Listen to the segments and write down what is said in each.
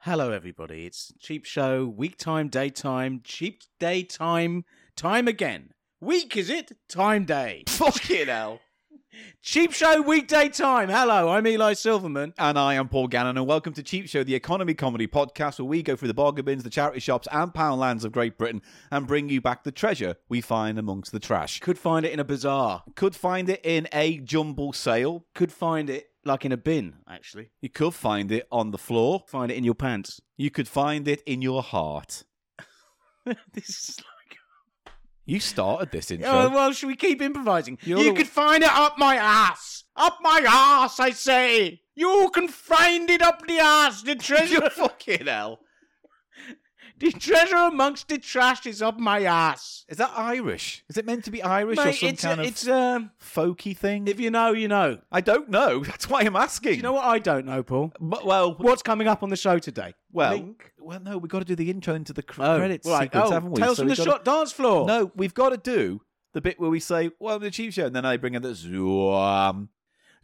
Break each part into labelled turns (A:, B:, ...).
A: Hello, everybody. It's Cheap Show, week time, daytime, cheap daytime, time again. Week, is it? Time day.
B: Fucking hell.
A: Cheap Show, weekday time. Hello, I'm Eli Silverman.
B: And I am Paul Gannon, and welcome to Cheap Show, the economy comedy podcast where we go through the bargain bins, the charity shops, and pound lands of Great Britain and bring you back the treasure we find amongst the trash.
A: Could find it in a bazaar.
B: Could find it in a jumble sale.
A: Could find it like in a bin, actually.
B: You could find it on the floor.
A: Find it in your pants.
B: You could find it in your heart.
A: this is like.
B: You started this intro.
A: Oh, well, should we keep improvising?
B: You're
A: you
B: the-
A: could find it up my ass. Up my ass, I say. You can find it up the ass. The treasure,
B: fucking hell.
A: the treasure amongst the trash is up my ass.
B: Is that Irish? Is it meant to be Irish or
A: Mate,
B: some
A: it's,
B: kind of
A: it's um,
B: folky thing?
A: if you know, you know.
B: I don't know. That's why I'm asking.
A: Do you know what I don't know, Paul?
B: M- well,
A: What's coming up on the show today?
B: Well,
A: Link?
B: well, no, we've got to do the intro into the cr-
A: Oh,
B: credits
A: right.
B: sequence,
A: Oh,
B: haven't we?
A: Tales
B: So
A: from the
B: we've
A: shot
B: got
A: dance
B: to-
A: floor.
B: No, we've got to do the bit where we say, "Well, the chief show," and then I bring in the zoom.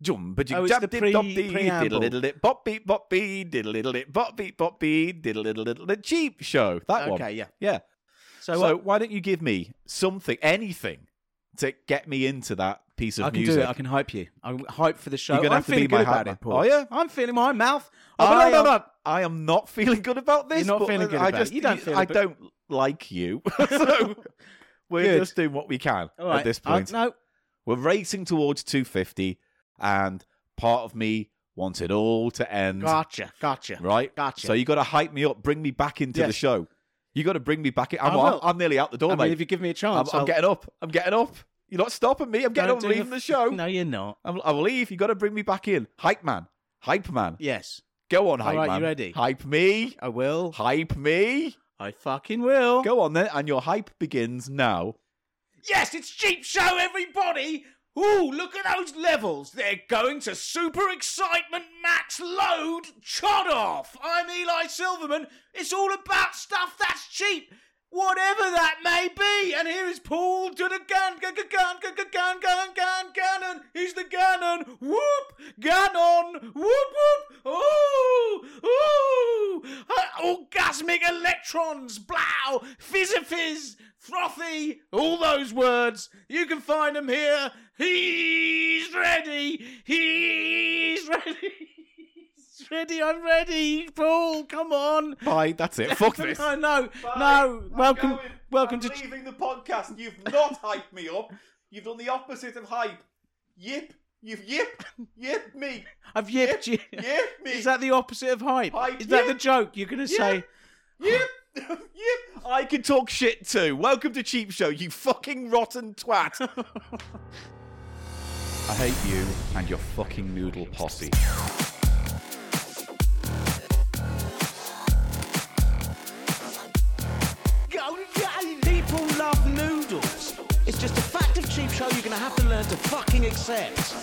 B: Jump, but
A: Oh,
B: you
A: it's
B: jump,
A: the
B: dip,
A: pre-
B: dop, dee,
A: preamble.
B: diddle, diddle, dip, bop, beep, bop, bee, diddle, diddle, dip, bop, beep, bop, bee, diddle, diddle, diddle, the cheap show. That
A: okay,
B: one,
A: yeah.
B: yeah.
A: So,
B: So,
A: uh,
B: why don't you give me something, anything, to get me into that piece of
A: I can
B: music?
A: do it. I can hype you. I'm hype for the show.
B: You're gonna
A: I'm
B: have to
A: feeling
B: be my
A: good about
B: hype
A: it,
B: man.
A: Paul.
B: Are you?
A: I'm feeling my mouth. Oh,
B: I
A: blah, blah,
B: am-
A: blah.
B: I am not feeling good about this.
A: You're not
B: but
A: feeling good
B: I
A: about it.
B: just,
A: You don't feel
B: I
A: a bit-
B: don't like you. so we're
A: Good.
B: just doing what we can
A: All right.
B: at this
A: I-
B: point.
A: no,
B: We're racing towards 250, and part of me wants it all to end.
A: gotcha, gotcha.
B: Right?
A: Gotcha.
B: So you got to hype me up, bring me back into the
A: Yes.
B: show. You got to bring me back in. I'm,
A: I will.
B: I'm, I'm nearly out the door,
A: I mean,
B: mate.
A: if you give me a
B: I'm,
A: chance,
B: I'm
A: I'll-
B: getting up. I'm getting up. You're not stopping me. I'm getting
A: Don't
B: up.
A: do
B: I'm leaving the, show.
A: No, you're not.
B: I'm, I will leave. You got to bring me back in. Hype man. Hype man.
A: Yes,
B: Go on,
A: All
B: hype
A: right, you
B: man.
A: ready?
B: Hype me.
A: I will.
B: Hype me.
A: I fucking will.
B: Go on then, and your hype begins now.
A: Yes, it's cheap show, everybody. Ooh, look at those levels. They're going to super excitement max load. Chod off. I'm Eli Silverman. It's all about stuff that's cheap. Whatever that may be. And here is Paul to the gun, gun, gun, gun, gun, gun, gun, gun, gun, cannon. He's the cannon. Whoop, Gannon. Whoop, whoop. Ooh, ooh. Uh, orgasmic electrons. Blow. Fizz-a-fizz. Frothy. All those words. You can find them here. He's ready. He's ready. He's ready. I'm ready. Paul, come on.
B: Bye, that's it. Fuck this.
A: No, no, no. Welcome, welcome to.
B: leaving the podcast. You've not hyped me up. You've done the opposite of hype. Yip. You've yip. Yip me.
A: I've yipped you.
B: Yip me.
A: Is that the opposite of hype?
B: Hype,
A: Is that
B: yeah.
A: the joke you're gonna say?
B: Yip. yip. I can talk shit too. Welcome to Cheap Show, you fucking rotten twat. I hate you and your fucking noodle posse.
A: People love noodles. It's just a fact of cheap show you're gonna have to learn to fucking accept.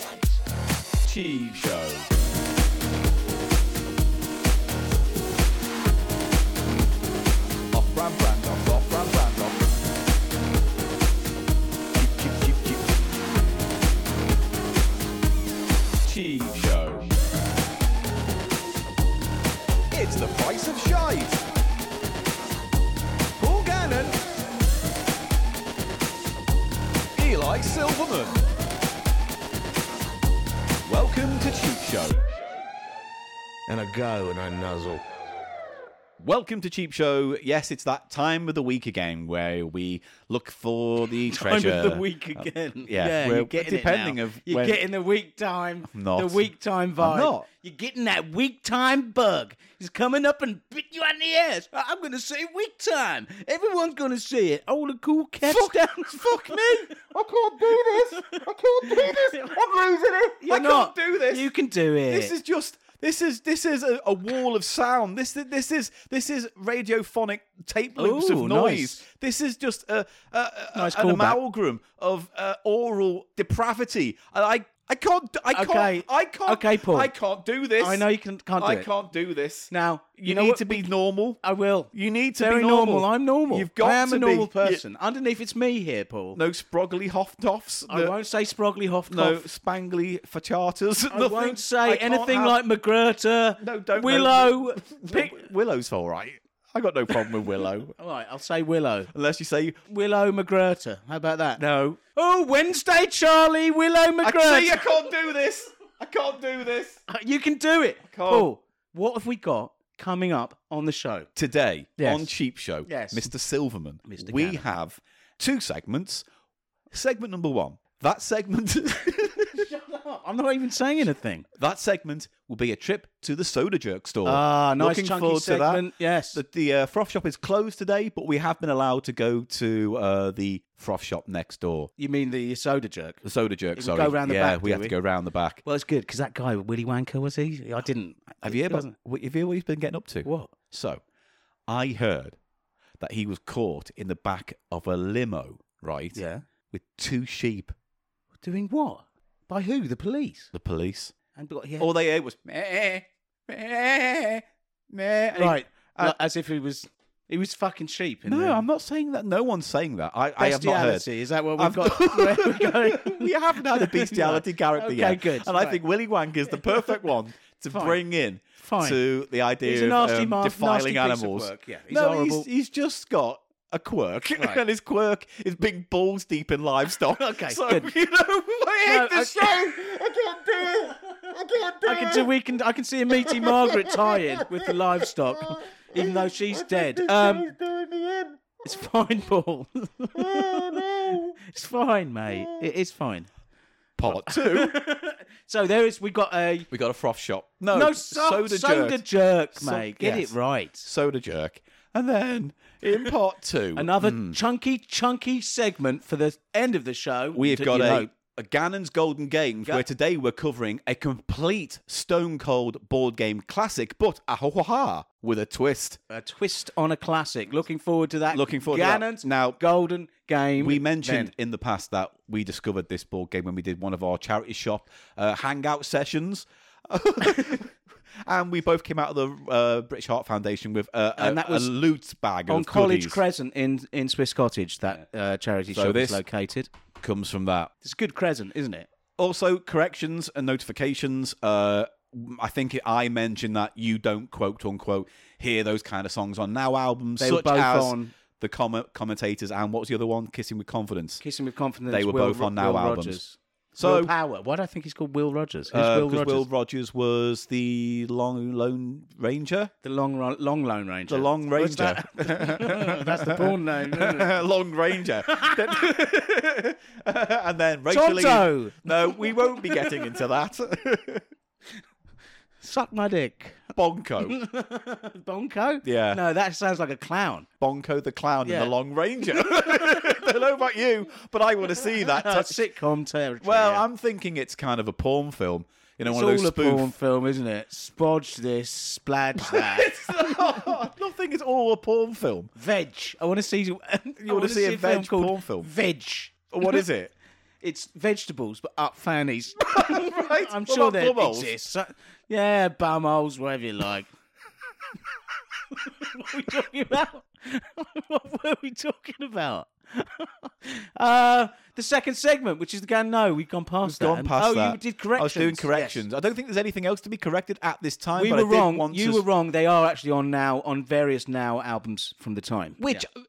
B: Cheap Show. Off brand, brand off, off brand, brand off. Cheap, cheap, cheap, cheap, cheap. Cheap Show. It's the price of shite. Paul Gannon. Eli Silverman. Welcome to Cheap Show.
C: and I go and I nuzzle.
B: Welcome to Cheap Show. Yes, it's that time of the week again where we look for the
A: Time
B: treasure.
A: of the week again.
B: Uh, yeah,
A: you're
B: well,
A: getting it
B: depending
A: now.
B: of
A: you're
B: when-
A: getting the week time,
B: I'm not.
A: the week time vibe.
B: not.
A: You're getting that week time bug. It's coming up and bit you on the ass. I- I'm gonna say week time. Everyone's gonna see it. All the cool cats
B: Fuck-
A: down. Fuck me.
B: I can't do this. I can't do
A: this.
B: I'm losing it.
A: You're
B: I
A: not.
B: can't do this.
A: You can do it.
B: This is just. This is this is a, a wall of sound. This this is this is radiophonic tape loops
A: Ooh,
B: of
A: nice.
B: noise. This is just a, a, a
A: Nice
B: an
A: callback.
B: amalgam of uh, oral depravity. And I I can't. do- I can't.
A: Okay.
B: I can't.
A: Okay, Paul.
B: I can't do this.
A: I know you can, can't do
B: I
A: it.
B: can't do this.
A: Now
B: you,
A: you, know
B: need
A: what?
B: to be normal.
A: I will.
B: You need to
A: Very
B: be normal.
A: normal. I'm normal.
B: You've got
A: I am
B: to
A: a normal
B: be,
A: person. Underneath, it's me here, Paul.
B: No sproggly hoftoffs.
A: I
B: no,
A: won't say Sproggly Hoff.
B: No spangly facciatas.
A: I
B: nothing.
A: won't say
B: I can't
A: anything
B: have-
A: like McGurta.
B: No, don't- no.
A: Willow. Pick.
B: Wi- Willow's all right. I got no problem with Willow,
A: All right, I'll say Willow.
B: unless you say
A: Willow McGurta. How about that?
B: no.
A: Oh, Wednesday, Charlie. Willow
B: I see. I
A: McGurta.
B: can't do this. I can't do this.
A: Uh, You can do it.
B: can't.
A: Paul, what have we got coming up on the show?
B: Today
A: Yes.
B: on Cheap Show,
A: Yes.
B: Mr. Silverman,
A: Mr.
B: we
A: Cannon.
B: have two segments. Segment number one. That segment.
A: I'm not even saying anything.
B: that segment will be a trip to the soda jerk store.
A: Ah, nice
B: Looking
A: chunky
B: forward
A: segment.
B: to that.
A: Yes.
B: The, the uh, froth shop is closed today, but we have been allowed to go to uh, the froth shop next door.
A: You mean the soda jerk?
B: The soda jerk.
A: We
B: sorry,
A: go round the
B: yeah,
A: back,
B: we
A: do
B: have
A: we?
B: to go round the back.
A: Well, it's good because that guy Willy Wanker was he? I didn't.
B: Have you,
A: it
B: heard about,
A: wasn't-
B: what- have you heard what he's been getting up to?
A: What?
B: So, I heard that he was caught in the back of a limo, right?
A: Yeah.
B: With two sheep,
A: Doing what? By who? The police.
B: the police.
A: And but yeah.
B: All they heard was meh, meh, meh. and he-
A: right.
B: uh,
A: like, as if he was he was fucking sheep. In
B: No,
A: the
B: I'm not saying that. No one's saying that. I, I have not heard.
A: Bestiality, Is that what we've
B: I've
A: got? where we're going?
B: we haven't had a bestiality
A: No.
B: character
A: okay,
B: yet.
A: good.
B: And I
A: Right.
B: think Willy Wank is the perfect one to
A: Fine.
B: bring in
A: Fine.
B: to the idea
A: He's a
B: of
A: nasty
B: um,
A: man- nasty
B: defiling
A: piece of
B: animals.
A: work, yeah. He's
B: no,
A: horrible.
B: he's he's just got a quirk,
A: Right.
B: and his quirk is being balls deep in livestock.
A: Okay,
B: so
A: good.
B: you know, I hate
A: No,
B: this
A: okay.
B: show. I can't do it. I can't do
A: I can do, we can I can see a meaty Margaret tie-in with the livestock, even though she's dead. Um, it's fine, Paul.
B: Oh,
A: it's fine, mate. It is fine.
B: Part two,
A: So there is. We got a
B: we got a froth shop. No,
A: no so-
B: Oh, soda, jerk.
A: jerk,
B: So-
A: mate. Get
B: yes.
A: it right.
B: soda jerk, and then in part two,
A: Another
B: Mm.
A: chunky, chunky segment for the end of the show.
B: We have
A: to-
B: got
A: you
B: a,
A: know.
B: a Gannon's Golden Games,
A: Ga-
B: where today we're covering a complete Stone Cold board game classic, but ahohaha, with a twist.
A: a twist on a classic. Looking forward to that.
B: Looking forward to that.
A: Gannon's
B: Now-
A: golden game.
B: We mentioned
A: then.
B: in the past that we discovered this board game when we did one of our charity shop uh, hangout sessions. and we both came out of the uh, British Heart Foundation with uh, a,
A: And that was
B: a loot bag
A: on
B: of
A: College
B: goodies.
A: Crescent in in Swiss Cottage that uh, charity
B: So
A: shop
B: this-
A: is located.
B: comes from that.
A: It's a good crescent, isn't it?
B: Also, corrections and notifications. Uh, I think I mentioned that you don't quote unquote hear those kind of songs on now albums,
A: They were
B: such
A: both
B: as
A: on-
B: the com- commentators and what's the other one? Kissing with Confidence.
A: Kissing with confidence.
B: They were
A: Will,
B: both on
A: Will
B: Now albums.
A: Rogers.
B: So-
A: Will Power. Why do I think he's called Will Rogers? Who's
B: Uh,
A: Will
B: because
A: Rogers?
B: Will Rogers was the long lone ranger,
A: The long, Ro- long Lone Ranger.
B: the long
A: What's
B: ranger,
A: that? That's the porn name. isn't it?
B: long ranger, Then- and then racially.
A: Tonto.
B: No, we won't be getting into that.
A: Suck my dick.
B: Bonko,
A: Bonko?
B: Yeah.
A: No, that sounds like a clown.
B: Bonko the clown
A: Yeah.
B: and the Long Ranger. Don't know about you, but I want to see that.
A: That's sitcom territory.
B: Well,
A: yeah.
B: I'm thinking it's kind of a porn film. You know,
A: it's
B: one of
A: all
B: those
A: a porn
B: spoof.
A: film, isn't it? Spodge this, spladge that.
B: I don't think it's all a porn film.
A: veg. I want to see. You want
B: see a
A: film
B: veg
A: called
B: porn film?
A: Veg.
B: What is it?
A: It's vegetables, but up fannies.
B: right?
A: I'm
B: What
A: sure
B: about
A: they
B: bumholes?
A: exist. So- yeah, bumholes, whatever you like. what are we talking about? what were we talking about? uh, the second segment, which is the gun. No, we've gone past that.
B: Gone
A: And-
B: past
A: oh,
B: that.
A: you did corrections.
B: I was doing
A: Yes.
B: corrections. I don't think there's anything else to be corrected at this time.
A: We
B: but
A: were
B: I did
A: wrong.
B: Want
A: You
B: to...
A: were wrong. They are actually on now on various now albums from the time.
B: Which uh,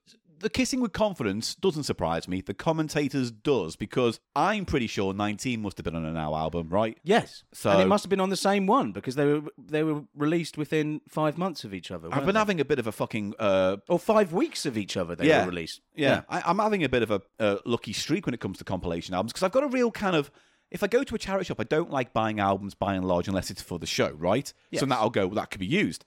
B: the kissing with confidence doesn't surprise me. The commentators does because I'm pretty sure 19 must have been on an Now album, right?
A: Yes.
B: So-
A: and it must have been on the same one because they were they were released within five months of each other.
B: I've
A: weren't
B: been
A: they?
B: having a bit of a fucking uh,
A: or five weeks of each other. They
B: Yeah.
A: were released.
B: Yeah, I, I'm having a bit of a uh, lucky streak when it comes to compilation albums because I've got a real kind of. If I go to a charity shop, I don't like buying albums by and large unless it's for the show, right? So now I'll go, well, that could be used.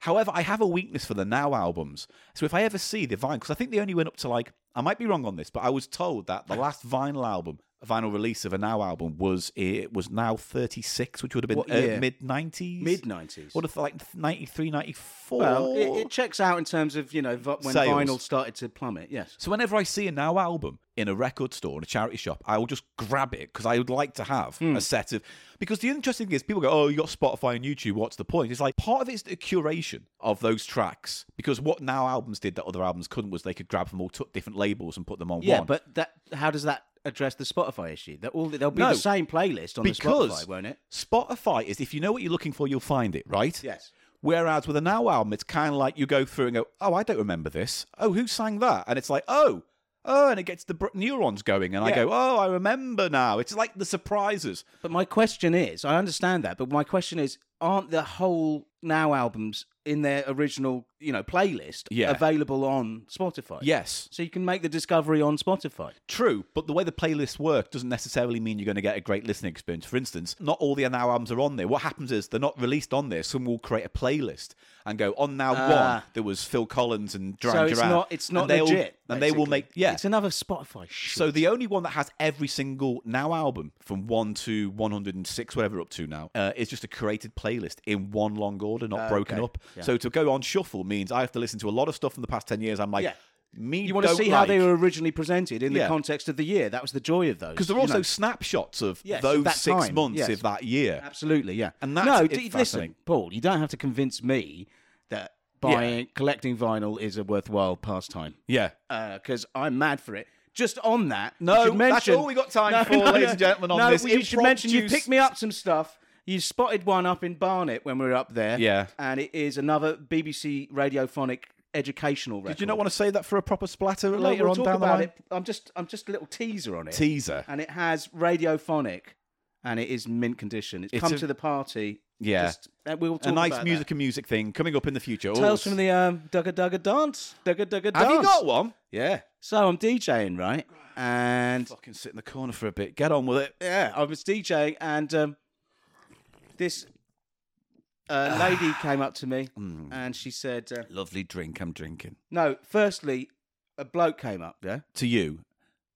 B: However, I have a weakness for the Now albums. So if I ever see the Vine, because I think they only went up to like, I might be wrong on this, but I was told that the last vinyl album vinyl release of a Now album was it was now 36, which would have been
A: What
B: uh,
A: year?
B: mid 90s.
A: Mid 90s.
B: Would have like 93, 94.
A: Well, it, it checks out in terms of, you know, v- when
B: oh. Sales.
A: vinyl started to plummet, yes.
B: So whenever I see a Now album in a record store in a charity shop, I will just grab it because I would like to have
A: Hmm.
B: a set of. Because the interesting thing is, people go, "Oh, you got Spotify and YouTube. What's the point?" It's like part of it's the curation of those tracks because what Now albums did that other albums couldn't was they could grab from all t- different labels and put them on
A: Yeah,
B: one.
A: but that how does that address the Spotify issue? That all there'll be
B: No.
A: the same playlist on
B: because
A: the Spotify, won't it?
B: Spotify is if you know what you're looking for, you'll find it, right?
A: Yes.
B: Whereas with a Now album, it's kind of like you go through and go, "Oh, I don't remember this. Oh, who sang that?" And it's like, "Oh." Oh, and it gets the br- neurons going, and I
A: Yeah.
B: go, "Oh, I remember now." It's like the surprises.
A: But my question is, I understand that, but my question is, aren't the whole Now albums in their original, you know, playlist
B: Yeah.
A: available on Spotify?
B: Yes,
A: So you can make the discovery on Spotify.
B: true, but the way the playlists work doesn't necessarily mean you're going to get a great listening experience. For instance, not all the Now albums are on there. What happens is they're not released on there. Someone will create a playlist and go on Now One.
A: Ah.
B: There was Phil Collins and Duran
A: so it's
B: Duran.
A: not it's not
B: and they'll-
A: legit.
B: and they will
A: basically.
B: make yeah.
A: It's another Spotify shit.
B: So the only one that has every single now album from one to one hundred and six, whatever up to now, uh, is just a created playlist in one long order, not broken
A: Ah, okay.
B: up. So to go on shuffle means I have to listen to a lot of stuff from the past ten years. I'm like,
A: Yeah.
B: me.
A: you want to
B: don't
A: see how they
B: like-
A: were originally presented in
B: Yeah.
A: the context of the year. That was the joy of those.
B: because they're
A: you
B: also
A: know.
B: snapshots of
A: Yes,
B: those
A: that
B: six
A: time,
B: months
A: yes.
B: of that year.
A: Absolutely, yeah.
B: And that's
A: no,
B: it-
A: d-
B: fascinating.
A: listen, Paul, you don't have to convince me that buying collecting vinyl is a worthwhile pastime
B: Yeah,
A: because uh, I'm mad for it. Just on that, you
B: No,
A: should
B: that's
A: mention-
B: all we got time for, ladies and gentlemen, on
A: no,
B: this
A: you should mention you
B: impromptu-
A: picked me up some stuff. You spotted one up in Barnet when we were up there.
B: Yeah.
A: and it is another BBC radiophonic educational record.
B: did you not want to say that for a proper splatter
A: No,
B: later
A: we'll
B: on
A: talk
B: down the
A: about
B: line?
A: It. I'm just, I'm just a little teaser on it
B: Teaser.
A: and it has radiophonic, and it is mint condition. It's, come
B: a-
A: to the party.
B: Yeah.
A: Just- uh, we'll talk
B: A nice
A: about
B: music and music thing coming up in the future.
A: That. Tales from the um, Dugga Dugga Dance. Dugga Dugga Dance.
B: Have you got one?
A: Yeah. So I'm DJing right, and
B: Fucking sit in the corner for a bit. Get on with it.
A: yeah, I was DJing, and um, this uh, lady came up to me,
B: Hmm.
A: and she said, uh,
B: Lovely drink. I'm drinking.
A: "No, firstly, a bloke came up. Yeah,
B: To you,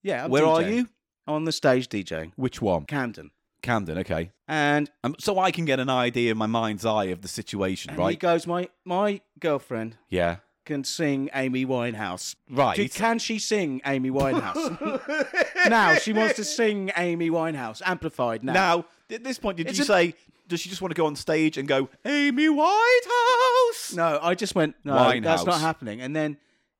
A: yeah. I'm
B: Where are
A: DJing.
B: you?
A: On the stage DJing,
B: Which one?
A: Camden,
B: Camden, okay.
A: and
B: Um, so I can get an idea in my mind's eye of the situation,
A: And
B: right?
A: he goes, my my girlfriend
B: yeah.
A: can sing Amy Winehouse.
B: Right.
A: Do- Can she sing Amy Winehouse? now she wants to sing Amy Winehouse, amplified now.
B: now, at this point, did
A: It's
B: you
A: a-
B: say, does she just want to go on stage and go, Amy Whitehouse?
A: no, I just went. No, that's
B: Winehouse.
A: not happening. And then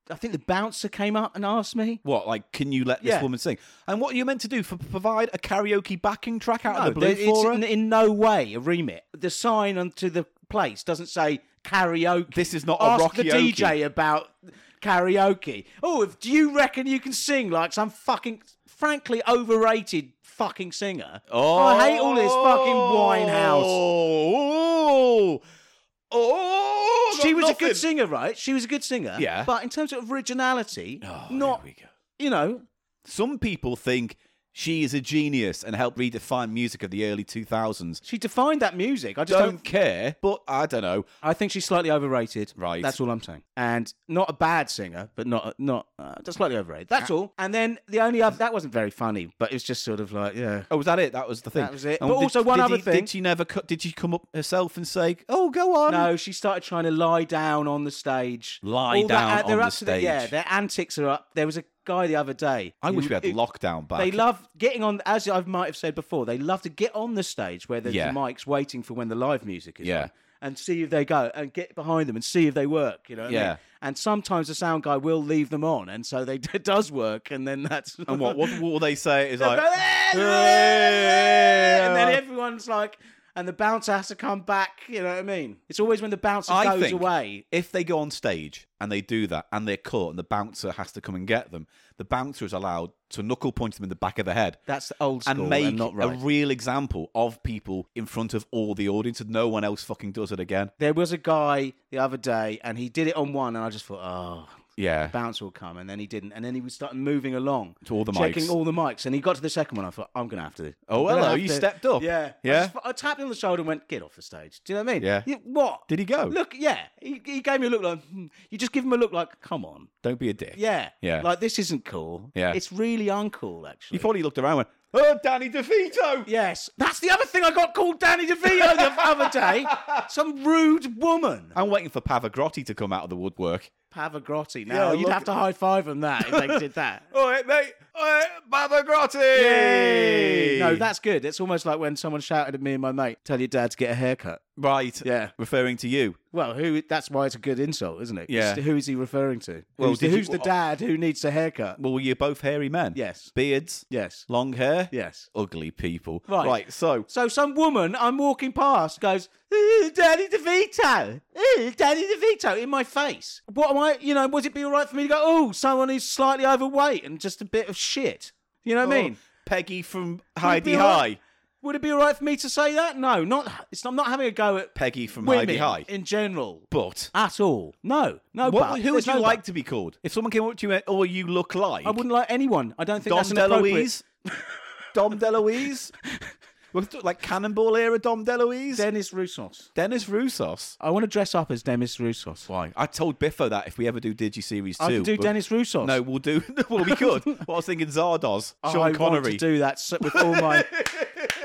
A: I think the bouncer came up and asked me.
B: What, like, can you let this
A: Yeah.
B: woman sing? And what are you meant to do? For provide a karaoke backing track out
A: No,
B: of the blue
A: it's
B: for her?
A: in, in no way a remit. The sign onto the place doesn't say karaoke.
B: This is not a
A: Ask the
B: rockyoke.
A: DJ about karaoke. Oh, if do you reckon you can sing like some fucking, frankly overrated fucking singer?
B: Oh,
A: I hate all this fucking Winehouse.
B: Oh, oh,
A: She
B: got
A: was a
B: nothing.
A: good singer, right? She was a good singer.
B: Yeah.
A: But in terms of originality,
B: Oh, here
A: not
B: we go.
A: you know.
B: Some people think she is a genius and helped redefine music of the early 2000s.
A: She defined that music. I just
B: Don't,
A: don't
B: care, but I don't know.
A: I think she's slightly overrated.
B: Right.
A: That's all I'm saying. And not a bad singer, but not not uh, just slightly overrated. That's all. And then the only other that wasn't very funny, but it's just sort of like yeah.
B: Oh, was that it? That was the thing.
A: That was it.
B: And
A: But also one
B: did
A: other
B: he-
A: thing.
B: Did she never? co- Did she come up herself and say, "Oh, go on"?
A: No, she started trying to lie down on the stage.
B: Lie
A: All
B: down
A: that, they're
B: on
A: up to
B: the
A: The, yeah,
B: stage.
A: their antics are up. There was a guy the other day.
B: I wish we had
A: who-
B: lockdown back.
A: They love getting on, as I might have said before, they love to get on the stage where there's
B: Yeah.
A: mics waiting for when the live music is
B: Yeah.
A: on and see if they go and get behind them and see if they work, you know what I mean?
B: Yeah.
A: And sometimes the sound guy will leave them on, and so they it does work, and then that's.
B: and what, what? What will they say? Is
A: They'll
B: like,
A: go, "Eh, and then everyone's like, and the bouncer has to come back, you know what I mean? It's always when the bouncer
B: I
A: goes
B: think-
A: away.
B: if they go on stage and they do that and they're caught and the bouncer has to come and get them, the bouncer is allowed to knuckle point them in the back of the head.
A: That's old school
B: and make
A: not right.
B: a real example of people in front of all the audience, and no one else fucking does it again.
A: there was a guy the other day, and he did it on one, and I just thought, oh,
B: Yeah,
A: bounce will come, and then he didn't, and then he would start moving along
B: To all the
A: checking
B: mics.
A: all the mics, and he got to the second one. I thought, I'm gonna have to. do-
B: Oh,
A: I'm gonna
B: hello,
A: have
B: you
A: to-
B: stepped up.
A: Yeah,
B: Yeah.
A: I, just- I tapped him on the shoulder and went, "Get off the stage." Do you know what I mean?
B: Yeah.
A: You- what?
B: Did he go?
A: Look, yeah, he, he gave me a look like hmm. you just give him a look like, "Come on,
B: don't be a dick.
A: yeah,
B: Yeah.
A: like this isn't cool.
B: Yeah.
A: it's really uncool, actually."
B: You probably looked around and went, Oh, Danny DeVito.
A: Yes, that's the other thing I got called Danny DeVito the other day. Some rude woman.
B: I'm waiting for Pavagrotti to come out of the woodwork.
A: Pavagrotti.
B: Yeah,
A: Now you'd
B: look-
A: have to high five him that if they did that.
B: All right, mate. All right, Pavagrotti.
A: No, that's good. It's almost like when someone shouted at me and my mate, "Tell your dad to get a haircut."
B: right.
A: Yeah.
B: Referring to you.
A: Well, who? That's why it's a good insult, isn't it? 'Cause
B: Yeah.
A: Who is he referring to?
B: Well,
A: who's the,
B: did you-
A: who's the dad who needs a haircut?
B: Well, you're both hairy men.
A: Yes.
B: Beards.
A: Yes.
B: Long hair.
A: Yes.
B: Ugly people.
A: Right.
B: Right. So
A: So some woman I'm walking past goes, "Ooh, Danny DeVito, Ooh, Danny DeVito in my face. What am I, you know, would it be all right for me to go, oh, someone who's slightly overweight and just a bit of shit? You know what I mean?
B: Oh, Peggy from Heidi
A: be all
B: High.
A: right. Would it be all right for me to say that? No, not, it's, I'm not having a go at
B: Peggy from
A: women
B: Heidi High.
A: in general
B: But,
A: at all. No, no,
B: what,
A: but.
B: who would
A: There's no
B: you like to be called? If someone came up to you and oh, you look like
A: but. I wouldn't like anyone. I don't think
B: Dom
A: that's an appropriate-
B: DeLuise. Dom DeLuise. We're talking like Cannonball era Dom DeLuise.
A: Dennis Roussos.
B: Dennis Roussos.
A: I want to dress up as Dennis Roussos.
B: Why? I told Biffo that if we ever do Digi Series 2.
A: I could do
B: but-
A: Dennis Roussos.
B: No, we'll do. Well, we could. well, I was thinking Zardoz,
A: Oh, I
B: Sean Connery.
A: want to do that so- with all my.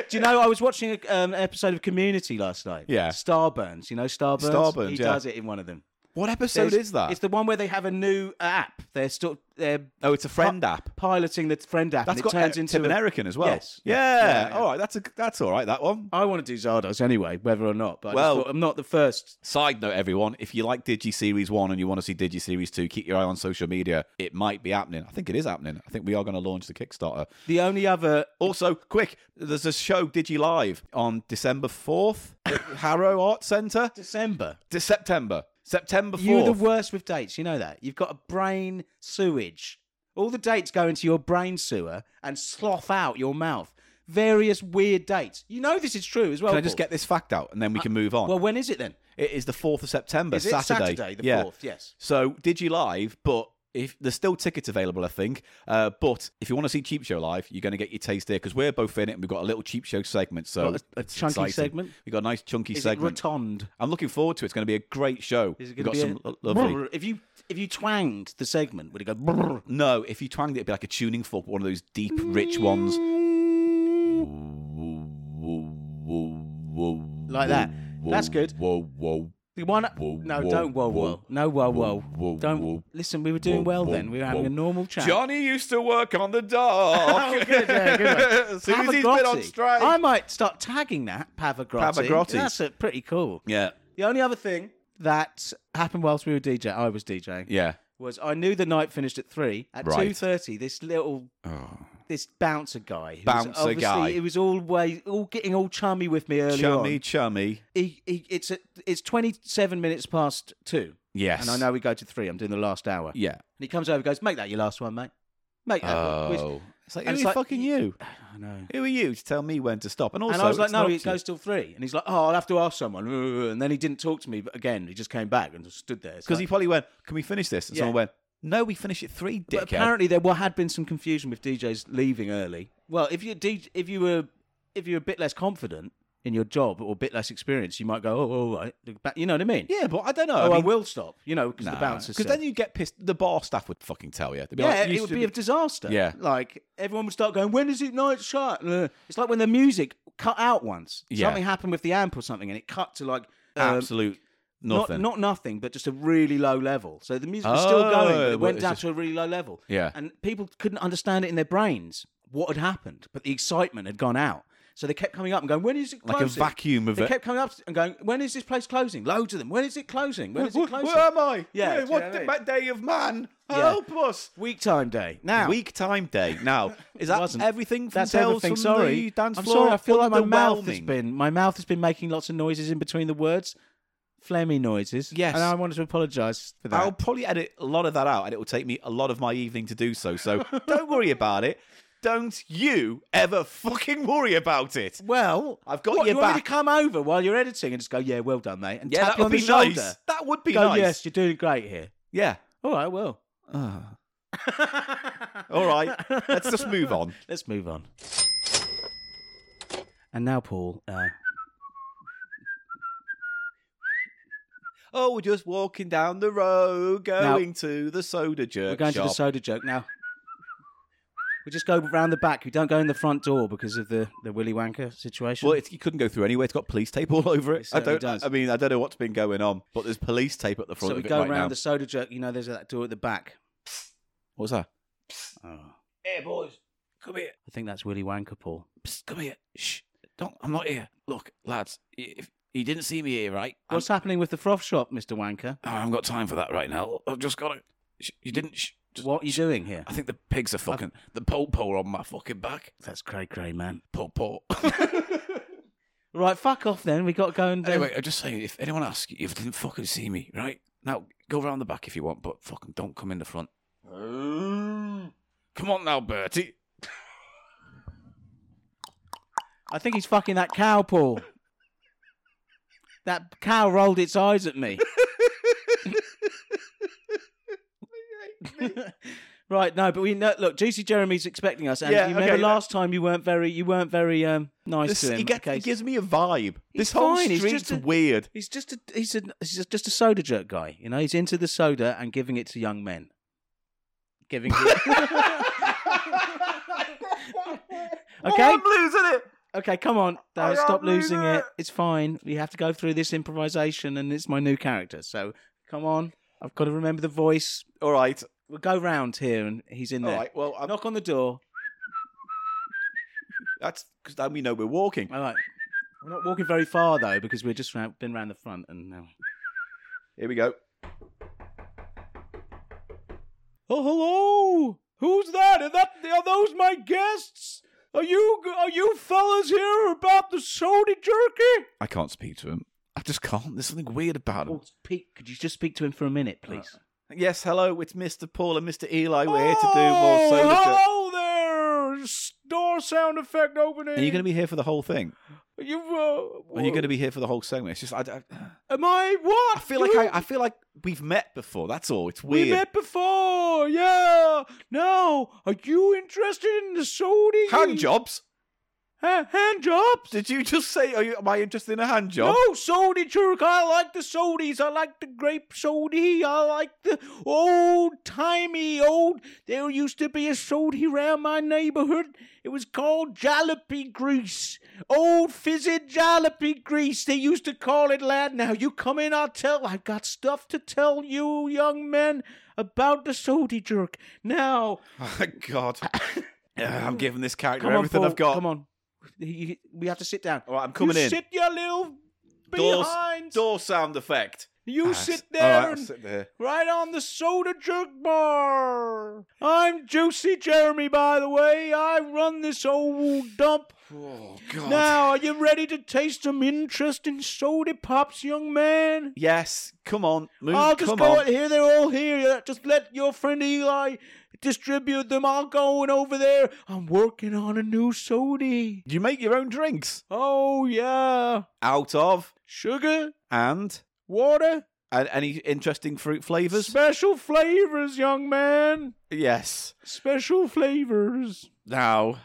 A: do you know? I was watching a, um, an episode of Community last night.
B: Yeah.
A: Starburns. You know Starburns.
B: Starburns,
A: He
B: yeah.
A: does it in one of them.
B: what episode
A: There's-
B: is that?
A: It's the one where they have a new uh, app. They're still they're
B: oh, it's a friend app.
A: piloting the friend app, and
B: That's
A: it
B: got
A: turns
B: uh,
A: into
B: Tim
A: a-
B: American as well.
A: Yes.
B: Yeah.
A: Yeah, yeah.
B: All right. That's a, that's all right. That one.
A: I want to do Zardos anyway, whether or not. But I just
B: Well-
A: thought, I'm not the first.
B: Side note, everyone, if you like Digi Series 1 and you want to see Digi Series 2, keep your eye on social media. It might be happening. I think it is happening. I think we are going to launch the Kickstarter.
A: The only other
B: Also, quick, there's a show, Digi Live, on December 4th at Harrow Art Centre.
A: December.
B: De- September. September 4th.
A: You're the worst with dates. You know that. You've got a brain sewage. All the dates go into your brain sewer and slough out your mouth. Various weird dates. You know this is true as well.
B: Can I just
A: Paul.
B: get this fact out and then we can move on?
A: Uh, Well, when is it then?
B: it is the 4th of September,
A: Is it
B: Saturday.
A: Saturday the
B: yeah.
A: 4th? Yes.
B: So Digi Live, but if there's still tickets available, I think. Uh, but if you want to see Cheap Show live, you're going to get your taste here because we're both in it and we've got a little Cheap Show segment. So
A: Got a- a
B: it's
A: chunky
B: exciting.
A: segment?
B: We've got a nice chunky
A: Is
B: segment.
A: it rotund?
B: I'm looking forward to it. It's going to be a great show.
A: Is it
B: We've
A: going to
B: got
A: be
B: some
A: a...
B: lo- lovely.
A: If you if you twanged the segment, would it go? brrr?
B: No, if you twanged it, it'd be like a tuning fork, one of those deep, rich ones.
A: Like that. That's good.
B: Whoa, whoa.
A: The one. No,
B: whoa,
A: don't whoa whoa.
B: whoa.
A: No whoa whoa.
B: whoa,
A: Don't
B: whoa.
A: listen. We were doing well then. We were having a normal chat.
B: Johnny used to work on the dock.
A: Oh, good, yeah, good one.
B: as soon as he's been on
A: Pavarotti.
B: strike.
A: I might start tagging that Pavagrotti.
B: Pavarotti.
A: That's uh, pretty cool.
B: Yeah,
A: The only other thing that happened whilst we were DJ, I was DJing,
B: yeah.
A: was I knew the night finished at three. At
B: Right. Oh.
A: two thirty, this little this bouncer guy, who
B: Bouncer
A: was obviously-
B: guy.
A: he was always all getting all chummy with me earlier
B: Chummy,
A: on.
B: chummy.
A: He, he, it's at it's twenty seven minutes past two,
B: Yes.
A: and I know we go to three. I'm doing the last hour, and
B: Yeah.
A: he comes over, and goes, "Make that your last one, mate. Make that." which-
B: It's like,
A: and Oh.
B: who
A: it's
B: are
A: like-
B: fucking you?
A: I know.
B: Who are you to tell me when to stop? And also,
A: and I was like,
B: it's
A: no,
B: not
A: it
B: to-
A: goes till three. And he's like, oh, I'll have to ask someone. And then he didn't talk to me but again. He just came back and just stood there. It's
B: Because he
A: like-
B: probably went, can we finish this? And
A: Yeah.
B: someone went, no, we finish at three, dickhead.
A: But apparently there were, had been some confusion with DJs leaving early. Well, if you if you were if you were a bit less confident in your job or a bit less experienced, you might go, oh, all right, But you know what I mean?
B: yeah, but I don't know.
A: Oh, I,
B: I mean,
A: will stop. You know, because the bouncer
B: Because
A: said.
B: then you get pissed. The bar staff would fucking tell you. They'd be
A: yeah,
B: like, "You
A: it would
B: should
A: be a disaster.
B: Yeah.
A: like everyone would start going, "When is it night shut?" Uh, It's like when the music cut out once.
B: Yeah.
A: Something happened with the amp or something, and it cut to like um,
B: absolute nothing."
A: Not, not nothing, but just a really low level. So the music was still going, but
B: Oh,
A: it went
B: it's
A: down
B: just-
A: to a really low level.
B: Yeah.
A: And people couldn't understand it in their brains what had happened, but the excitement had gone out. So they kept coming up and going, when is it
B: Like a
A: closing?
B: vacuum of
A: They
B: it.
A: kept coming up and going, when is this place closing? Loads of them. When is it closing? When is it
B: Wh-
A: closing?
B: Where am I?
A: Yeah,
B: Where-
A: do you know
B: what
A: what I
B: d-
A: mean?
B: day of man?
A: Yeah.
B: Help us!
A: Week time day. Now.
B: Week time day. Now, is that
A: Wasn't.
B: everything from
A: That's
B: Tales
A: everything.
B: from
A: Sorry,
B: the dance
A: I'm
B: floor?
A: sorry. I feel like my mouth has
B: Underwhelming.
A: been my mouth has been making lots of noises in between the words, phlegmy noises.
B: Yes.
A: and I wanted to apologise for that.
B: I'll probably edit a lot of that out, and it will take me a lot of my evening to do so. So don't worry about it. Don't you ever fucking worry about it.
A: Well,
B: I've got
A: what,
B: your
A: you Want me
B: back.
A: to come over while you're editing and just go, yeah, well done, mate, and
B: Yeah,
A: tap
B: that
A: you
B: would
A: on
B: be
A: the shoulder.
B: nice. That would be
A: go,
B: nice.
A: yes, you're doing great here.
B: Yeah.
A: All right, well,
B: All right. Let's just move on.
A: let's move on. And now, Paul, uh,
B: Oh, we're just walking down the road, going to the soda jerk
A: we're going to
B: shop.
A: the soda joke now.
D: We just go round the back. We don't go in the front door because of the, the Willy Wanker situation.
B: Well, it's, you couldn't go through anyway. It's got police tape all over it. I
D: certainly
B: don't.
D: does.
B: I mean, I don't know what's been going on, but there's police tape at the front
D: so we
B: of it
D: go
B: right
D: round
B: now.
D: the soda jerk. You know, there's that door at the back.
B: What's that?
D: Oh,
A: Hey, boys, come here.
D: I think that's Willy Wanker, Paul.
B: Psst, come here. Shh. Don't. I'm not here. Look, lads. If you didn't see me here, right?
D: What's happening with the froth shop, Mister Wanker?
B: I haven't got time for that right now. I've just got to. Sh- you didn't. Sh- just,
D: What are you doing here?
B: I think the pigs are fucking. The po po on my fucking back.
D: That's cray cray, man.
B: Po po.
D: Right, fuck off then. We got to go and uh, do.
B: anyway, I'm just saying, if anyone asks you, if you didn't fucking see me, right? Now, go round the back if you want, but fucking don't come in the front. Come on now, Bertie.
D: I think he's fucking that cow, Paul. that cow rolled its eyes at me. right, no, but we know, look. GC Jeremy's expecting us, and
B: Yeah,
D: you remember
B: okay,
D: last time you weren't very, you weren't very um, nice
B: This,
D: to him.
B: he, get-
D: Okay,
B: he gives me a vibe. this whole
D: fine, he's
B: street's
D: just a-
B: weird.
D: He's just a he's a he's just- just a soda jerk guy, you know. He's into the soda and giving it to young men. Giving it. okay,
B: Oh, losing it.
D: okay, come on, Dale,
B: Oh, I
D: stop
B: can't believe
D: losing it.
B: it.
D: It's fine. We have to go through this improvisation, and it's my new character. So come on, I've got to remember the voice.
B: All right.
D: We'll go round here, and he's in
B: All
D: there.
B: right. Well, I'm,
D: Knock on the door.
B: that's because then we know we're walking.
D: All right. We're not walking very far though, because we've just round, been round the front, and now.
B: Here we go.
A: Oh, hello! Who's that? Are, that, are those my guests? Are you are you fellas here about the soda jerky?
B: I can't speak to him. I just can't. There's something weird about him.
D: Oh, Pete, could you just speak to him for a minute, please?
B: Oh, Yes, hello. It's Mr. Paul and Mr. Eli. Uh, We're here to do more
A: oh,
B: soda. jerk.
A: hello there! S- Door sound effect opening.
B: Are you going to be here for the whole thing?
A: Are you, uh,
B: Are you going to be here for the whole segment? It's just I, I,
A: Am I what?
B: I feel like I, I feel like we've met before. That's all. It's weird.
A: We met before, yeah. Now, are you interested in the soda?
B: Hand jobs?
A: Ha- hand jobs?
B: Did you just say? Are you, am I interested in a hand job?
A: No, soda jerk. I like the sodies. I like the grape soda. I like the old timey old. There used to be a soda around my neighborhood. It was called jalopy grease. Old fizzed jalopy grease. They used to call it, lad. Now you come in. I'll tell. I've got stuff to tell you, young men, about the soda jerk. Now,
B: Oh, God, Yeah, I'm giving this character
D: Come on,
B: everything
D: Paul,
B: I've got.
D: Come on, You- we have to sit down.
B: All right, I'm coming
A: you
B: in.
A: sit your little
B: Doors-
A: behinds.
B: Door sound effect.
A: You
B: Ah,
A: sit
B: all right,
A: there
B: I'll
A: and
B: sit there.
A: right on the soda jerk bar. I'm Juicy Jeremy, by the way. I run this old dump.
B: Oh God.
A: Now, are you ready to taste some interesting soda pops, young man?
B: Yes, come on, move.
A: I'll just
B: come
A: go
B: on.
A: here. They're all here. Just let your friend Eli distribute them. I'll go in over there. I'm working on a new soda.
B: You make your own drinks
A: Oh yeah,
B: out of
A: sugar,
B: and
A: water,
B: and any interesting fruit flavors.
A: special flavors, young man.
B: yes.
A: Special flavors.
B: Now